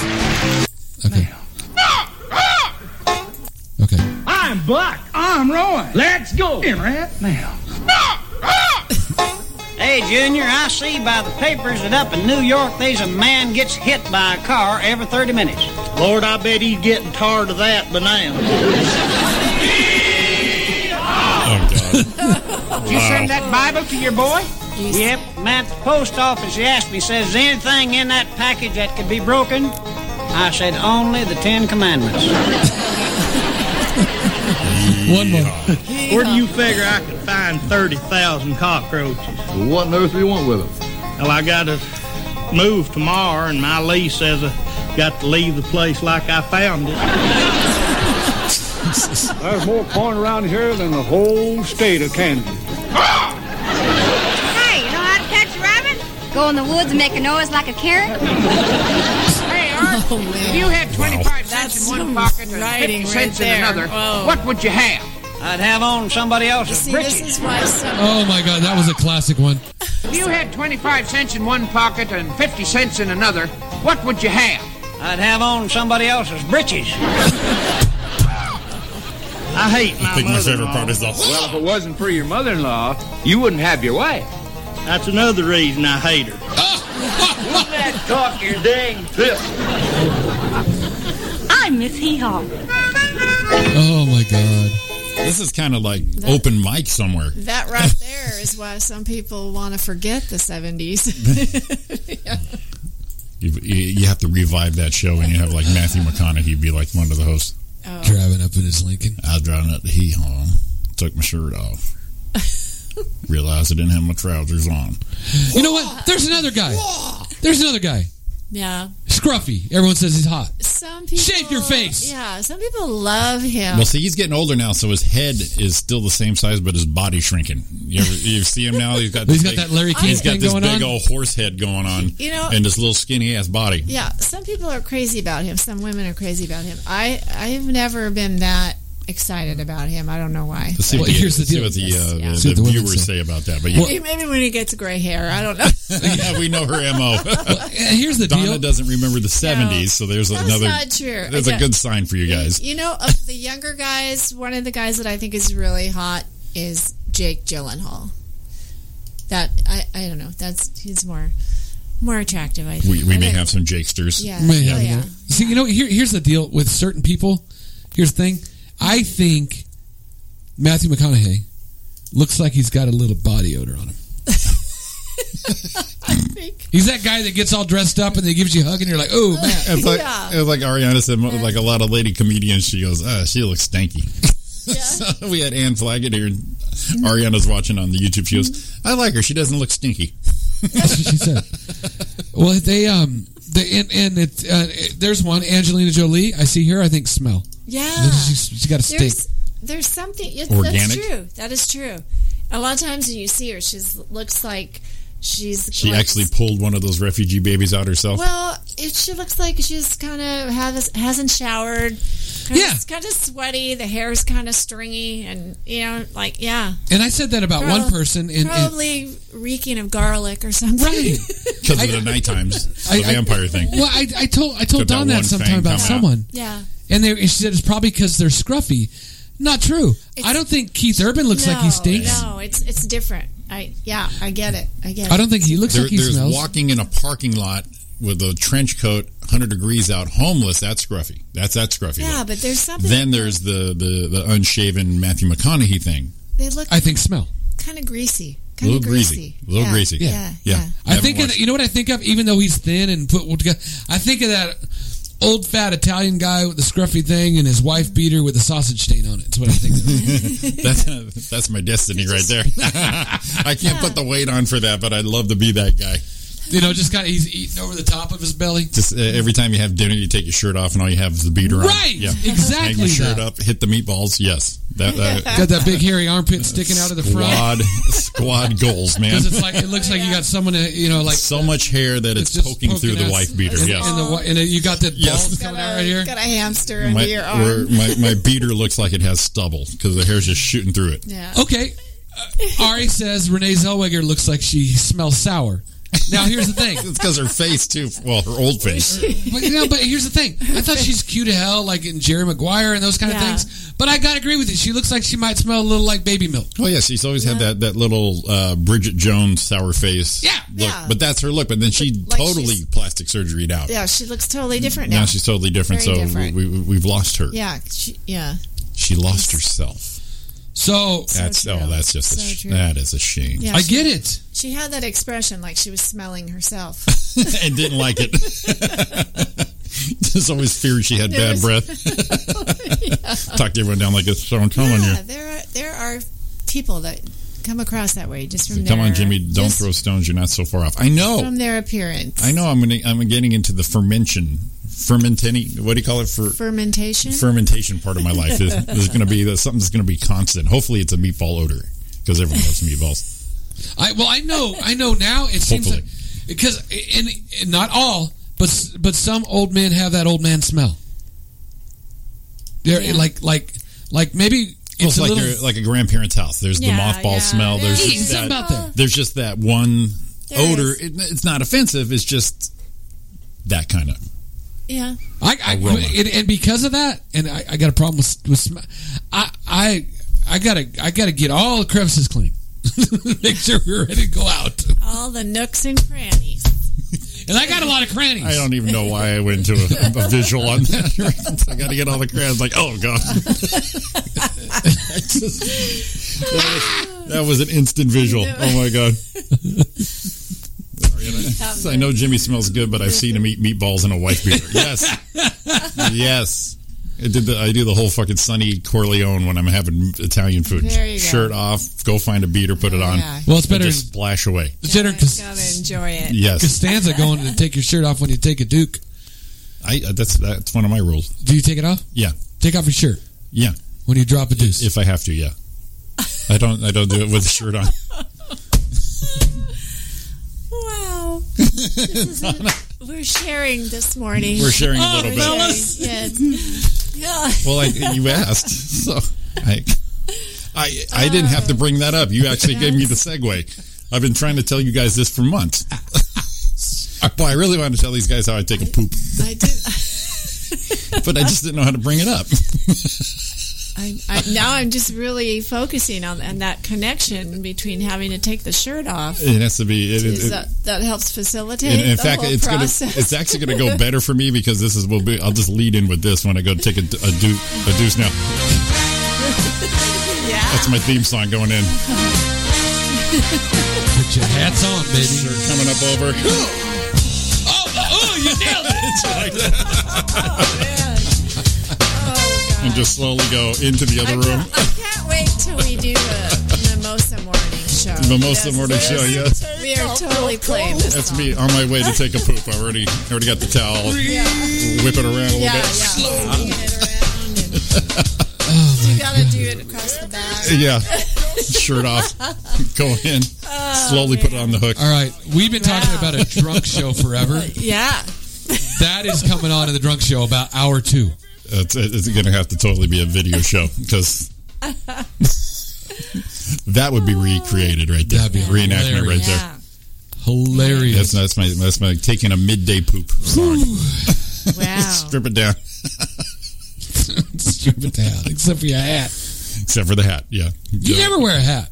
Okay. Okay.
I'm Buck. I'm Roy. Let's go. In right now.
Hey, Junior, I see by the papers that up in New York, there's a man gets hit by a car every 30 minutes.
Lord, I bet he's getting tired of that by now.
Oh god.
Did you send that Bible to your boy? Yep. Man, at the post office, he asked me, says, is there anything in that package that could be broken? I said, only the Ten Commandments.
One more.
Where do you figure I could find 30,000 cockroaches?
What on earth do you want with them?
Well, I got to move tomorrow, and my lease says I got to leave the place like I found it.
There's more corn around here than the whole state of Kansas.
Hey, you know how to catch a rabbit? Go in the woods and make a noise like a carrot?
Hey, Art,
Oh
if
man.
you had 25
That's
cents in one
some
pocket and
writing
50 cents
right
in
there.
another,
Whoa.
what would you have?
I'd have on somebody else's
See,
britches.
this is why some
Oh my god, that was a classic one.
If you had 25 cents in one pocket and 50 cents in another, what would you have?
I'd have on somebody else's britches.
I hate my
I think my favorite
mother-in-law.
part is the
Well, if it wasn't for your mother-in-law, you wouldn't have your way.
That's another reason I hate her.
Talk your dang fist.
I'm Miss Hee Haw.
Oh my god.
This is kind of like open mic somewhere.
that right there is why some people want to forget the seventies.
You, you you have to revive that show and you have like Matthew McConaughey be like one of the hosts.
Driving up in his Lincoln.
I was driving up the hee haw, took my shirt off, realized I didn't have my trousers on.
You know what? There's another guy. There's another guy.
yeah.
Scruffy. Everyone says he's hot.
Some people
Shave your face.
Yeah, some people love him.
Well, see, he's getting older now, so his head is still the same size, but his body shrinking. You ever you see him now? He's got this
He's got
big,
that Larry King
he's got
thing
this
going
big
on.
old horse head going on,
You know-
and this little skinny ass body.
yeah, some people are crazy about him. Some women are crazy about him. I I've never been that excited about him. I don't know why.
Let's see,
Well,
what the,
here's the
see
deal.
what the,
Yes,
uh,
yeah.
the,
See what the
the
women
viewers
say.
say about that. But yeah,
Maybe when he gets gray hair, I don't know.
yeah, we know her mo.
Uh, Here's the
Donna
deal.
doesn't remember the seventies, so there's
That's
another.
not true.
There's a
Okay.
good sign for you guys.
You know, of the younger guys, one of the guys that I think is really hot is Jake Gyllenhaal. That I I don't know. That's he's more more attractive. I think
We, we
I
may
think-
have some jakesters.
Yeah.
Man.
Oh, yeah.
See, you know, here, here's the deal with certain people. Here's the thing. I think Matthew McConaughey looks like he's got a little body odor on him. He's that guy that gets all dressed up and then he gives you a hug and you're like, oh, man.
It's like,
Yeah.
it's like Ariana said, mo- like a lot of lady comedians, she goes, uh, she looks stanky. so we had Ann Flaggett here, and Ariana's watching on the YouTube. She goes,
Mm-hmm.
I like her. She doesn't look stinky.
That's what she said. Well, they, um, they, and, and it, uh, it- there's one, Angelina Jolie. I see her, I think smell.
Yeah.
She's, she's got a stink.
Ah, There's, there's something. It, that's
Organic?
true. That is true. A lot of times when you see her, she looks like she's.
She
like-
actually pulled one of those refugee babies out herself.
Well, it, she looks like she's kind of has, hasn't showered.
Yeah.
It's kind of sweaty. The hair's kind of stringy. And, you know, like, yeah.
And I said that about one
Prob-
person. And, and
probably reeking of garlic or something.
Right.
Because of the night times, the
I- I-
vampire thing.
well, I, I told I told
Took that
Don that
one
sometime
thing
about
come out.
someone.
Yeah.
And, they, and she said it's probably because they're scruffy. Not true. I don't think Keith Urban looks like he
No,
stinks.
No, it's it's different. I yeah, I get it. I get it.
I don't think he looks
There-
like he
there's
smells.
walking in a parking lot with a trench coat, 100 degrees out, homeless. That's scruffy. That's that scruffy.
Yeah,
look.
but there's something.
Then there's the, the, the unshaven Matthew McConaughey thing.
they look
I think smell.
kind of greasy.
A
Kind
little
of greasy.
greasy. A little
yeah.
greasy.
Yeah.
Yeah.
I think of, you know what I think of. Even though he's thin and put together, I think of that old fat Italian guy with the scruffy thing and his wife beater with a sausage stain on it. That's what I think. Of.
that's, that's my destiny right there. I can't put the weight on for that, but I'd love to be that guy.
you know, just kind of he's eating over the top of his belly.
Just uh, every time you have dinner, you take your shirt off, and all you have is the beater on.
Right, exactly
Hang your shirt
that.
up, hit the meatballs. Yes, that, that
Got that big hairy armpit sticking out of the front.
squad squad goals, man.
Because it's like it looks like you got someone that, you know like
so much hair that
that's
it's,
just
poking, through the
out.
wife beater.
And-
Yes.
and, the, wi- and you got that
Yes.
balls coming out right here.
Got a hamster
my,
under your arm.
where my, my beater looks like it has stubble because the hair's just shooting through it.
yeah.
Okay. Uh, Ari says Renee Zellweger looks like she smells sour. Now here's the thing.
It's because her face too. Well, her old face.
But, you know, but here's the thing. I thought she's cute as hell, like in Jerry Maguire and those kind
Yeah.
of things. But I gotta agree with you. She looks like she might smell a little like baby milk.
Oh yeah, she's always had that that little uh, Bridget Jones sour face.
Yeah.
look.
Yeah.
But that's her look. But then she
Like
totally
she's-
plastic surgeried out.
Yeah, she looks totally different now.
Now she's totally different.
Very
so
different.
We, we, we've lost her.
yeah, she, yeah.
She lost herself.
So
That's
true.
oh, that's just a
So
sh-
true.
that is a shame.
Yeah,
I
she-
get it.
She had that expression like she was smelling herself.
and didn't like it. just always feared she had
There was-
bad breath. Talk to everyone down like this. So I'm telling you.
yeah, there are there are people that come across that way just from
Come
their,
on, Jimmy! Don't
just
throw stones. You're not so far off. I know.
from their appearance.
I know. I'm gonna, I'm getting into the fermentation, fermenting. What do you call it? For
Fermentation.
fermentation part of my life. There's, there's going to be there's something that's going to be constant. Hopefully, it's a meatball odor because everyone loves meatballs.
I well, I know, I know. Now it seems
Hopefully.
like because and, and not all, but s- but some old men have that old man smell. They're
Yeah.
like like like maybe
Well,
it's
it's
a
like
little.
your, like a grandparent's house. There's
Yeah,
the mothball
yeah.
smell. There's
Yeah.
just
something
that,
about there.
there's just that one
There
odor.
is.
It, it's not offensive. It's just that kind of.
Yeah.
I, I
Aroma.
and, and because of that, and I, I got a problem with, with sm- I I I gotta I gotta get all the crevices clean. Make sure we're ready to go out,
All the nooks and crannies.
and I got a lot of crannies.
I don't even know why I went to a, a visual on that. I got to get all the crabs. Like, oh god, I just- that, was, that was an instant visual. Oh my god. Yes, I know Jimmy smells good, but I've seen him eat meatballs in a wife beater. Yes, yes. I did the I do the whole fucking Sonny Corleone when I'm having Italian food.
There you go. Oh,
Shirt off, go find a beater, put it on.
Yeah.
Well, it's
and
better.
just splash away.
It's better
Just
Cos-
gotta enjoy it.
Yes,
Costanza going to take your shirt off when you take a Duke.
I that's that's one of my rules.
Do you take it off?
Yeah.
Take off your shirt
Yeah,
when you drop a deuce.
if I have to, yeah. I don't I don't do it with a shirt on.
Wow. This is we're sharing this morning.
We're sharing a little bit.
fellas. Yes. Yeah.
Well, I, you asked, so I, I I didn't have to bring that up. You actually gave me the segue. I've been trying to tell you guys this for months. Well, I really wanted to tell these guys how I take a poop,
I did.
but I just didn't know how to bring it up.
I, I, now I'm just really focusing on, on that connection between having to take the shirt off.
It has to be. It, it,
Is
it-
that, that helps facilitate.
and
the
in fact,
whole
it's gonna,
process.
it's actually going to go better for me because this is will be. I'll just lead in with this when I go take a, d- a deu- a deuce now.
yeah.
That's my theme song going in.
Put your hats on, baby.
coming up over.
Oh, oh, you nailed it.
and just slowly go into the other room.
Oh, I can't wait till we do the mimosa morning show.
Mimosa morning show, yes.
We are totally playing this.
That's me on my way to take a poop. I already already got the towel. Whip it around a little
Yeah, yeah.
bit.
Swinging it around and you gotta do it across the back.
Yeah. Shirt off. Go in. Slowly put it on the hook.
All right, we've been talking about a drunk show forever.
Yeah.
That is coming on in the drunk show about hour two.
It's, it's going to have to totally be a video show because that would be recreated right there.
That'd be
reenactment right there.
Yeah.
Hilarious.
That's that's my that's my taking a midday poop song.
Wow.
Strip it down,
Strip it down, except for your hat.
except for the hat. Yeah,
You
Go-
never wear a hat.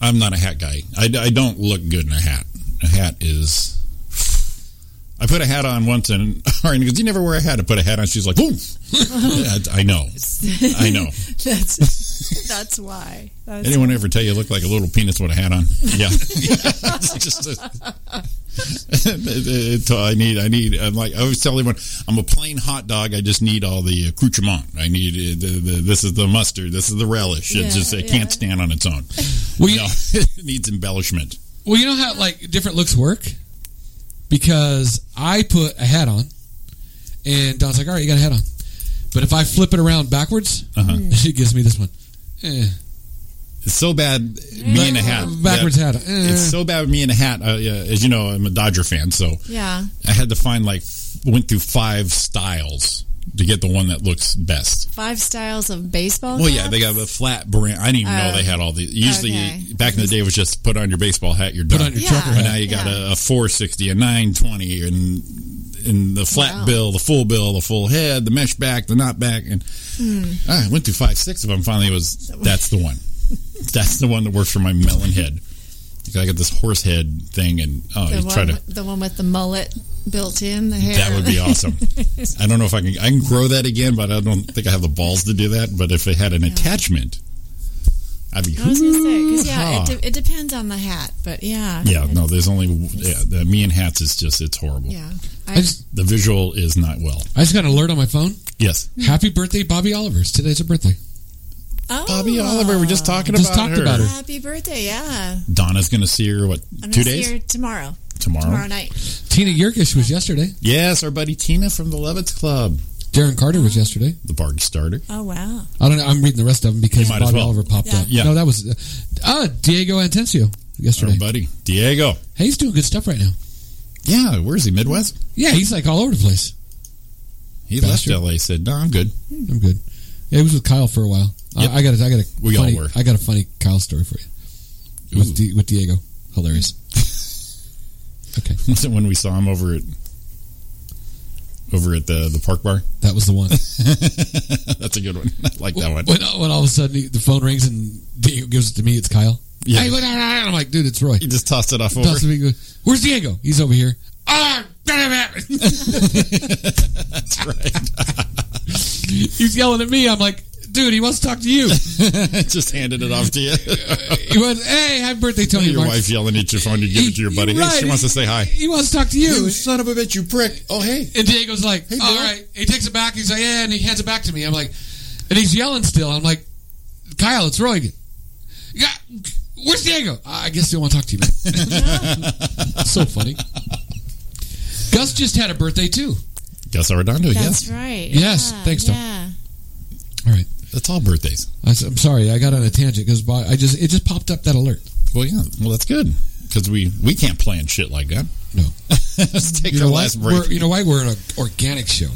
I'm not a hat guy. I, I don't look good in a hat. A hat is. I put a hat on once, and Ariana goes, "You never wear a hat." I put a hat on. She's like, "Boom!" Yeah, I know. I know.
That's that's why. That's
Anyone ever tell you look like a little penis with a hat on? Yeah. It's just a- It- it- I need. I need. I'm like. I always tell everyone, I'm a plain hot dog. I just need all the accoutrement. I need. uh, The, the, this is the mustard. This is the relish. It
Yeah,
just. It
yeah.
can't stand on its own.
Well, you,
no, it needs embellishment.
well, you know how like different looks work because I put a hat on, and Don's like, "All right, you got a hat on," but if I flip it around backwards,
Uh-huh.
he gives me this one. Eh.
It's so bad me in a hat.
backwards
that-
hat. Eh.
It's so bad with me in a hat. Uh, yeah, as you know, I'm a Dodger fan, so
yeah.
I had to find like f- went through five styles to get the one that looks best.
Five styles of
Oh,
baseball.
Well, yeah,
caps?
they got a flat brand. I didn't even know
Oh.
they had all these. Usually,
Okay.
back in the day, it was just put on your baseball hat, you're done.
Put on your
Uh-huh. Yeah.
trucker
but
hat.
now you got a, a 460, a 920, and and the flat
Wow.
bill, the full bill, the full head, the mesh back, the knot back, and
Hmm.
I went through five, six of them. Finally, it was that's the one. that's the one that works for my melon head. Like, I got this horse head thing, and oh,
the
you
one,
try to.
with- the one with the mullet built in the hair.
That would be awesome. I don't know if I can. I can grow that again, but I don't think I have the balls to do that. But if it had an attachment, I'd be.
I was gonna say because yeah,
hoo-ha.
it, de- it depends on the hat, but yeah.
Yeah, no, there's only yeah, the me and hats is just it's horrible.
Yeah.
I
I,
just,
The visual is not well.
I just got an alert on my phone.
Yes,
Happy birthday, Bobby Oliver's. Today's her birthday.
oh,
Bobby Oliver. We're just talking
Just
about
talked
her.
about her.
Happy birthday! Yeah,
Donna's gonna see her what
I'm
two
gonna
days
see her tomorrow.
tomorrow.
Tomorrow night.
Tina Yerkish was yesterday.
Yes, our buddy Tina from the Levitts Club,
Darren Carter was yesterday.
the barn starter.
Oh wow!
I don't know. I'm reading the rest of them because
You might as
Bobby
well.
Oliver popped
Yeah.
up.
Yeah.
No, that was uh, ah, Diego Antencio
Our
yesterday.
buddy Diego.
Hey, he's doing good stuff right now.
Yeah, where's he? Midwest.
Yeah, he's like all over the place.
He
Bastard.
left LA. Said no, I'm good.
I'm good. Yeah, he was with Kyle for a while.
Yep.
I, I got a, I got a
We all
funny,
were.
I got a funny Kyle story for you
Ooh.
with, Di- with Diego. Hilarious.
Was it when we saw him over at over at the the park bar?
That was the one.
That's a good one. I like that one.
When, when all of a sudden he- the phone rings and Diego gives it to me, it's Kyle.
Yeah.
Hey, what- I'm like, dude, it's Roy.
He just tossed it off over.
Dustin Bean goes, Where's Diego? He's over here. Ah, damn it.
That's right.
He's yelling at me. I'm like, dude, he wants to talk to you.
just handed it off to you.
He was, hey, happy birthday, Tony.
your
Mark."
wife yelling at your phone. You give it to your buddy.
Right.
Hey, she wants to say hi.
He wants to talk to you.
son of a bitch, you prick. Oh, hey.
And Diego's like,
Hey,
all
Bill."
right. He takes it back. He's like, yeah, and he hands it back to me. I'm like, and he's yelling still. I'm like, Kyle, it's Roy again. Yeah, where's Diego? I guess they don't want to talk to you, man. so funny. Gus just had a birthday, too.
Gus Arredondo,
That's
yes.
right.
Yes,
Yeah,
thanks, Tom.
Yeah.
That's all birthdays.
I s- I'm sorry, I got on a tangent because I just it just popped up that alert.
Well, yeah. Well, that's good. Because we, we can't plan shit like that.
No.
Let's take
You
our
know why?
last break.
We're, you know why? We're an organic show.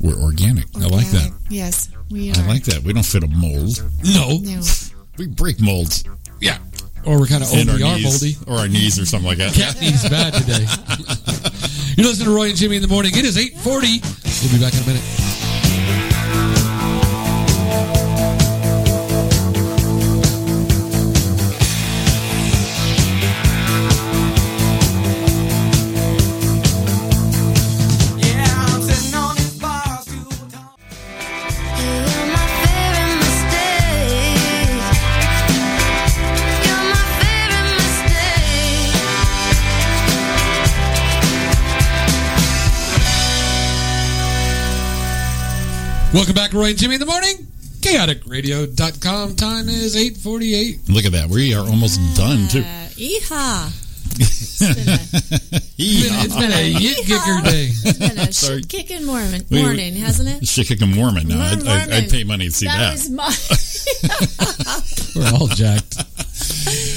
We're, organic. I like that.
Organic. Yes, we are.
I like that. We don't fit a mold.
No.
No.
We break molds.
Yeah. Or we're kind of
And
old.
our
We are moldy.
knees. Or our knees or something like that.
Kathy's bad today. You're listening to Roy and Jimmy in the morning. It is 8:40. We'll be back in a minute. Welcome back, Roy and Jimmy in the morning. ChaoticRadio.com. Time is 848.
Look at that. We are almost done, too.
Uh, Yeehaw.
It's been a yit kicker day.
It's been a
Sorry.
shit kicking Mormon
We- we-
morning, hasn't it?
Shit kicking Mormon. No, I'd,
Mormon.
I'd, I'd pay money to see
That
that.
was my
We're all jacked.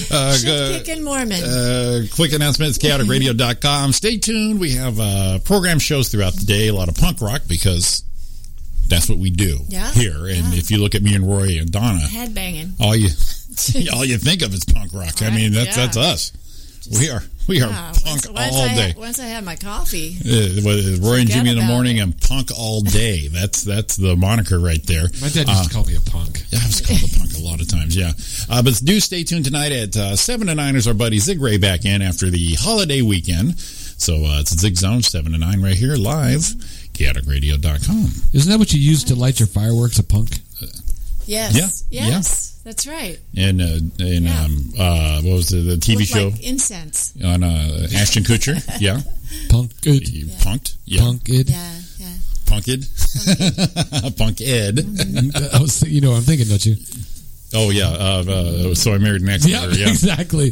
Uh, go-
kicking Mormon.
Uh, quick announcements, chaoticradio.com. Stay tuned. We have uh, program shows throughout the day, a lot of punk rock because that's what we do
Yeah,
here. And
yeah.
if you look at me and Roy and Donna,
Head banging.
all you all you think of is punk rock. I mean, that's
yeah.
that's us. we are we are
Wow,
punk
Ah, once, once
all
I
day.
Had, once I had my coffee,
Uh, what is Roy and
Forget
Jimmy in the
about
morning and punk all day. That's that's the moniker right there.
My dad used
Uh,
to call me a punk.
yeah, I was called a punk a lot of times, yeah. Uh, but do stay tuned tonight at uh, 7 to 9 is our buddy Zig Ray back in after the holiday weekend. So uh, it's Zig Zone, 7 to 9 right here, live, chaoticradio.com.
Isn't that what you used to light your fireworks, a punk?
yes,
Yeah,
yes, that's right.
And, uh, and
Yeah.
um, uh, what was the, the TV
Looked
show
like incense.
on uh, Ashton Kutcher? Yeah.
Punk it.
You Punked? Yeah.
Punk it.
Yeah, yeah.
Punked? Punk Ed.
Mm-hmm.
I was, thi- you know, what I'm thinking, don't you?
Oh, yeah. Uh, uh, so I married an ex lover. Yeah.
exactly.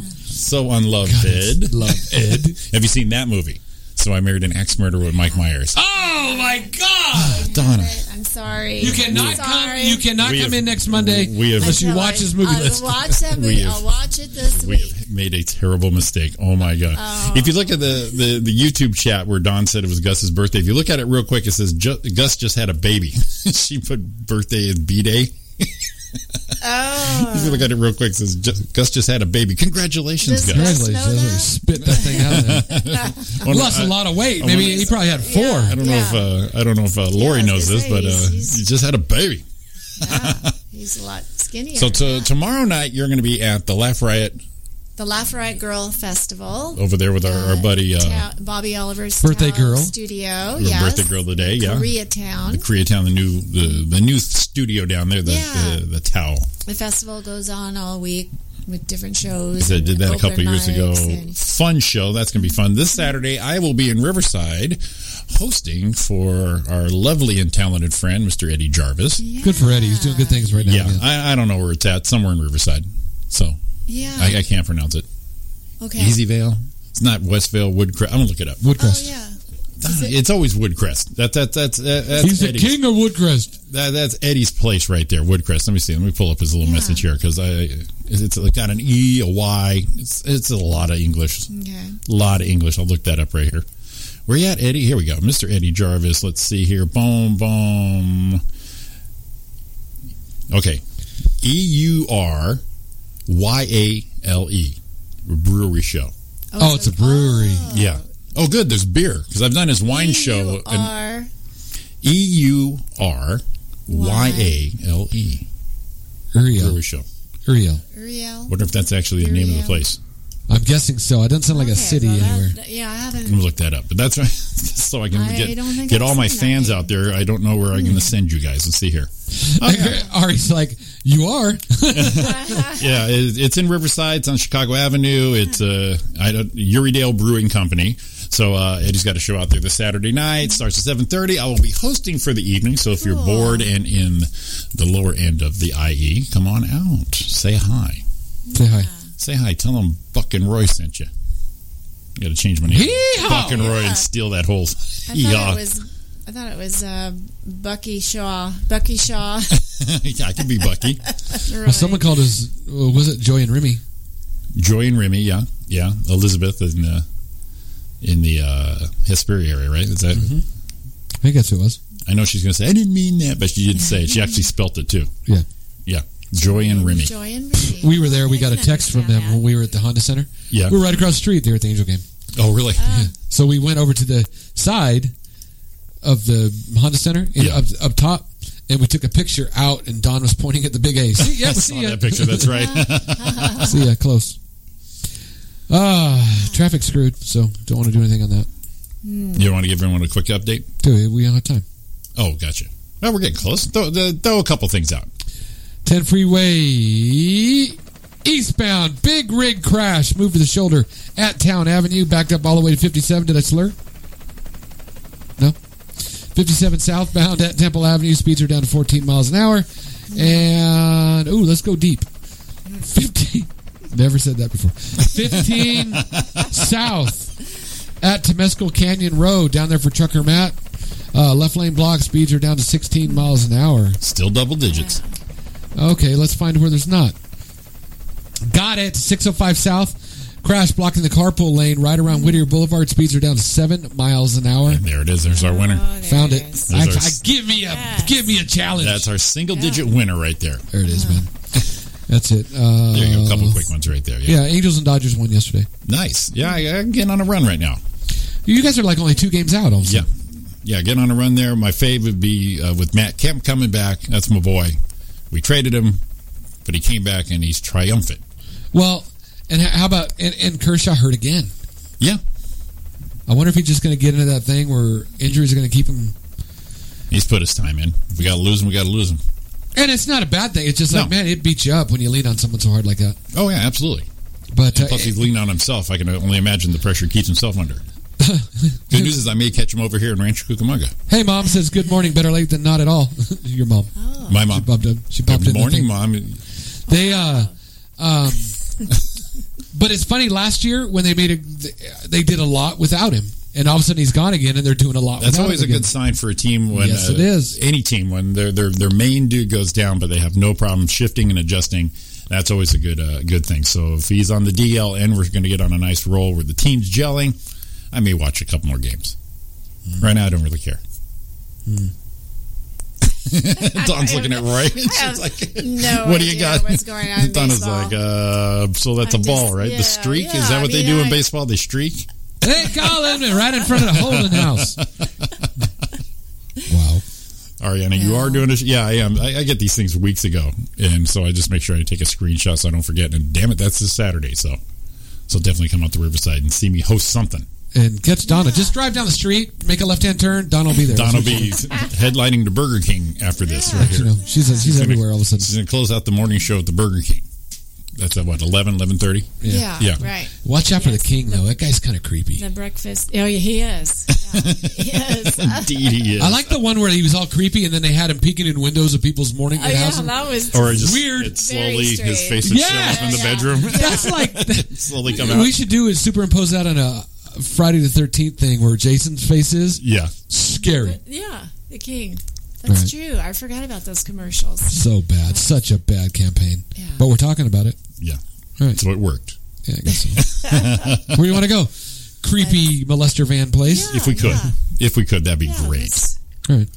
So unloved, Ed.
Love Ed.
Have you seen that movie? So I married an ex murderer with Mike Myers.
Oh my God!
Donna.
I'm sorry.
You cannot come.
Sorry.
You cannot
We
come
have-
in next Monday
we have-
unless you
Until
watch
I-
this movie
I'll
list.
watch that
We
movie.
have-
I'll watch it this
We
week.
have made a terrible mistake. Oh my god! If you look at the, the the YouTube chat where Don said it was Gus's birthday, if you look at it real quick, it says Ju- Gus just had a baby. she put birthday as B day.
Oh,
If you look at it real quick, it says Ju- Gus just had a baby. Congratulations,
Does-
Gus!
Congratulations!
Know
That's where he Spit
that?
that thing out. Of there.
Well, no,
Lost
I,
a lot of weight. Maybe he probably had four.
I don't know if uh, I don't know if uh, Lori
I was
knows
gonna
this,
say,
but uh,
he's- he's-
he just had a baby.
yeah. he's a lot skinnier.
So to, tomorrow night you're going to be at the Laugh Riot
the Laugh-Right Girl Festival.
over there with our, our buddy, uh,
Ta- Bobby Oliver's
Birthday
Town
Girl.
Studio.
our
Oh, Yes.
birthday girl today. Yeah,
Koreatown.
the Koreatown, the new the, the new studio down there, the
Yeah.
the, the towel.
The festival goes on all week with different shows.
I
and
did that a couple
open
years ago.
mics and-
Fun show. That's going to be fun. This Saturday, I will be in Riverside hosting for our lovely and talented friend, Mr. Eddie Jarvis.
Good for Eddie. He's doing good things right now.
Yeah,
man.
I, I don't know where it's at. Somewhere in Riverside. So
Yeah.
I, I can't pronounce it.
okay.
Easyvale. It's not Westvale Woodcrest. I'm gonna look it up.
Oh
Woodcrest.
yeah.
It's always Woodcrest. That that that's that,
Oh,
that's
He's the
Eddie's-
king of Woodcrest.
That, that's Eddie's place right there, Woodcrest. Let me see. Let me pull up his little
Yeah.
message here because I it's got an E, a Y. It's it's a lot of English.
Okay.
A lot of English. I'll look that up right here. Where you at, Eddie? Here we go. Mr. Eddie Jarvis. Let's see here. Boom, boom. Okay. E U R Y A L E. Brewery show.
Oh, it's a brewery.
Yeah. Oh, good. There's beer because I've done his wine show. and
Are
E U R Y A L E. Brewery
Uriel.
show.
Uriel.
real?
Wonder if that's actually the name of the place.
I'm guessing so. It doesn't sound like a
Okay,
city
well, that-
anywhere.
yeah, I
I'm
haven't.
gonna look that up. But that's right. so I can
I
get
don't think
get
I've
all my
seen that
fans
name. Hmm.
out there. I don't know where I'm gonna send you guys. Let's see here. Oh, yeah,
Ari's like, you are.
yeah it, it's in Riverside. It's on Chicago Avenue. It's uh, I don't Uridale Brewing Company. So uh, Eddie's got a show out there this Saturday night. Starts at seven thirty. I will be hosting for the evening. So if you're
Cool.
bored and in the lower end of the IE, come on out. Say hi.
Say hi.
Say hi. Tell them Buck and Roy sent you. Got to change my name.
Yeehaw!
Buck and Roy
Yeah.
and steal that whole.
I thought
Yeah.
it was. I thought it was uh, Bucky Shaw. Bucky Shaw.
yeah, I could be Bucky.
Well, someone called us. uh, Was it Joy and Remy?
Joy and Remy, yeah, yeah. Elizabeth in the in the uh, Hesperia area, right? Is that?
Mm-hmm.
I think that's who it was.
I know she's going to say I didn't mean that, but she did say it. She actually spelt it too.
Yeah.
yeah. Joy and Remy.
Joy and Remy.
We were there. We
I
got a
can
text from them
understand
when we were at the Honda Center.
Yeah.
We were right across the street there at the Angel game.
Oh, really?
So we went over to the side of the Honda Center in,
Yeah.
up, up top, and we took a picture out, and Don was pointing at the big A. See, yeah,
I
we
saw
see ya.
that picture. That's right.
see ya, close. Ah, traffic screwed, so don't want to do anything on that.
you want to give everyone a quick update?
Dude, we don't have time.
Oh, gotcha. Well, we're getting close. Throw, th- throw a couple things out.
10 freeway eastbound big rig crash moved to the shoulder at town avenue backed up all the way to 57 did i slur no 57 southbound at Temple Avenue. Speeds are down to 14 miles an hour. And, ooh, let's go deep. 15. Never said that before. 15 south at Temescal Canyon Road, down there for Trucker Matt. Uh, left lane block speeds are down to 16 miles an hour.
Still double digits.
Okay, let's find where there's not. Got it. 605 South. Crash blocking the carpool lane right around Whittier Boulevard. Speeds are down to seven miles an hour.
Mm-hmm. There it is. There's our winner.
Oh,
Found it.
There's
I,
our-
I- give me a give me a challenge.
That's our single digit winner right there.
There it is, man. That's it. Uh,
There you go. A couple quick ones right there.
yeah.
Yeah.
Angels and Dodgers won yesterday.
Nice. Yeah, I, I'm getting on a run right now.
You guys are like only two games out. Also.
Yeah. Yeah, getting on a run there. My fave would be uh, with Matt Kemp coming back. That's my boy. We traded him, but he came back and he's triumphant.
Well, and h- how about and, and Kershaw hurt again?
Yeah.
I wonder if he's just going to get into that thing where injuries are going to keep him.
He's put his time in. We got to lose him. We got to lose him.
And it's not a bad thing. It's just like man, it beats you up when you lean on someone so hard like that.
Oh, yeah, absolutely.
But uh,
And plus, he's leaning on himself. I can only imagine the pressure he keeps himself under. Good news is I may catch him over here in Rancho Cucamonga.
Hey, mom says good morning. Better late than not at all. Your mom.
My mom.
She popped Oh. up. She popped
Good
in the
morning,
thing.
mom.
They uh, um, but it's funny. Last year when they made a, they did a lot without him, and all of a sudden he's gone again, and they're doing a lot.
That's
without
always a
him again.
good sign for a team when uh,
Yes, it is.
any team when their their their main dude goes down, but they have no problem shifting and adjusting. That's always a good uh, good thing. So if he's on the DL and we're going to get on a nice roll where the team's gelling, I may watch a couple more games.
Mm.
Right now, I don't really care. Don's looking at Roy. She's like,
no
"What do you
idea
got?"
what's going on in
Donna's
baseball.
like, uh, "So that's a ball, right?
yeah,
the streak
yeah,
is that
I
what they
mean,
do in
I-
baseball? They streak."
Hey, Colin, right in front of the Holden house.
wow. Ariana, you are doing a sh- yeah, I am. I, I get these things weeks ago, and so I just make sure I take a screenshot so I don't forget. And damn it, that's this Saturday, so so definitely come out to Riverside and see me host something.
and catch Donna. Just drive down the street, make a left hand turn. Donna will be there.
Don will be headlining the Burger King after this right
You
here.
know, she's she's
She's gonna-
everywhere all of a sudden.
She's gonna close out the morning show at the Burger King. That's at what 11, 11.30?
Yeah. Yeah, right.
Watch out for the king though. That guy's kind of creepy.
The breakfast. Oh, yeah, he is. Yeah, he is.
Indeed, he is.
I like the one where he was all creepy, and then they had him peeking in windows of people's morning
Oh,
at
yeah,
houses.
that was
Or just
weird.
It's slowly
Very
his
strange.
face would
Yeah.
show up in the
Yeah.
bedroom.
That's like
slowly come out.
we should do is superimpose that on a Friday the Thirteenth thing where Jason's face is.
Yeah.
scary.
Yeah, the king. That's
Right.
true. I forgot about those commercials.
So bad, such a bad campaign.
Yeah.
But we're talking about it.
Yeah.
All right.
So it worked.
Yeah, I guess so. Where do you want to go? Creepy molester van place.
if we could. If we could, that'd be great.
All right.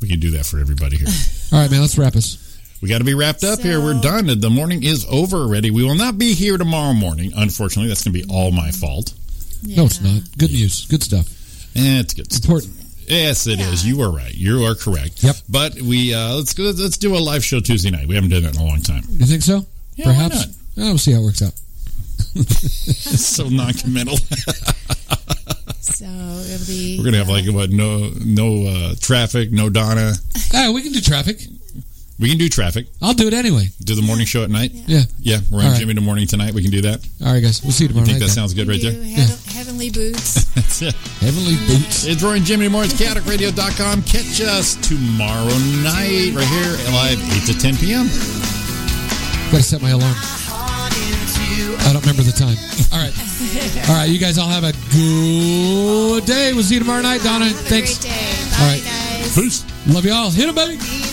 We can do that for everybody here.
All right, man. Let's wrap us.
We got to be wrapped up here. We're done. The morning is over already. We will not be here tomorrow morning. Unfortunately, that's going to be all my fault.
No, it's not. Good news. Good stuff.
Eh, it's good.
Important.
Yes, it is. You are right. You are correct.
Yep.
But we uh, let's go. Let's do a live show Tuesday night. We haven't done that in a long time.
You think so?
Yeah, why
Perhaps.
not?
Yeah, we'll see how it works out.
It's so non-committal.
So it'll be.
We're gonna have like what? No, no uh, traffic. No Donna.
Ah, we can do traffic.
We can do traffic.
I'll do it anyway.
Do the morning show at night.
Yeah.
Yeah, we're on
All right.
Jimmy in the morning tonight. We can do that.
All right, guys. We'll see you
I
tomorrow
think
night.
that sounds good right
do
there.
heav- Heavenly Boots.
That's it.
Heavenly boots.
It's Roy and Jimmy Morris, chaoticradio.com. Catch us tomorrow night right here live 8 to 10 p.m.
Gotta set my alarm. I don't remember the time. All right. All right. You guys all have a good day. We'll see you tomorrow night, Donna.
Have
Thanks.
a great day.
All right.
Bye, guys.
Peace.
Love y'all. Hit 'em, baby.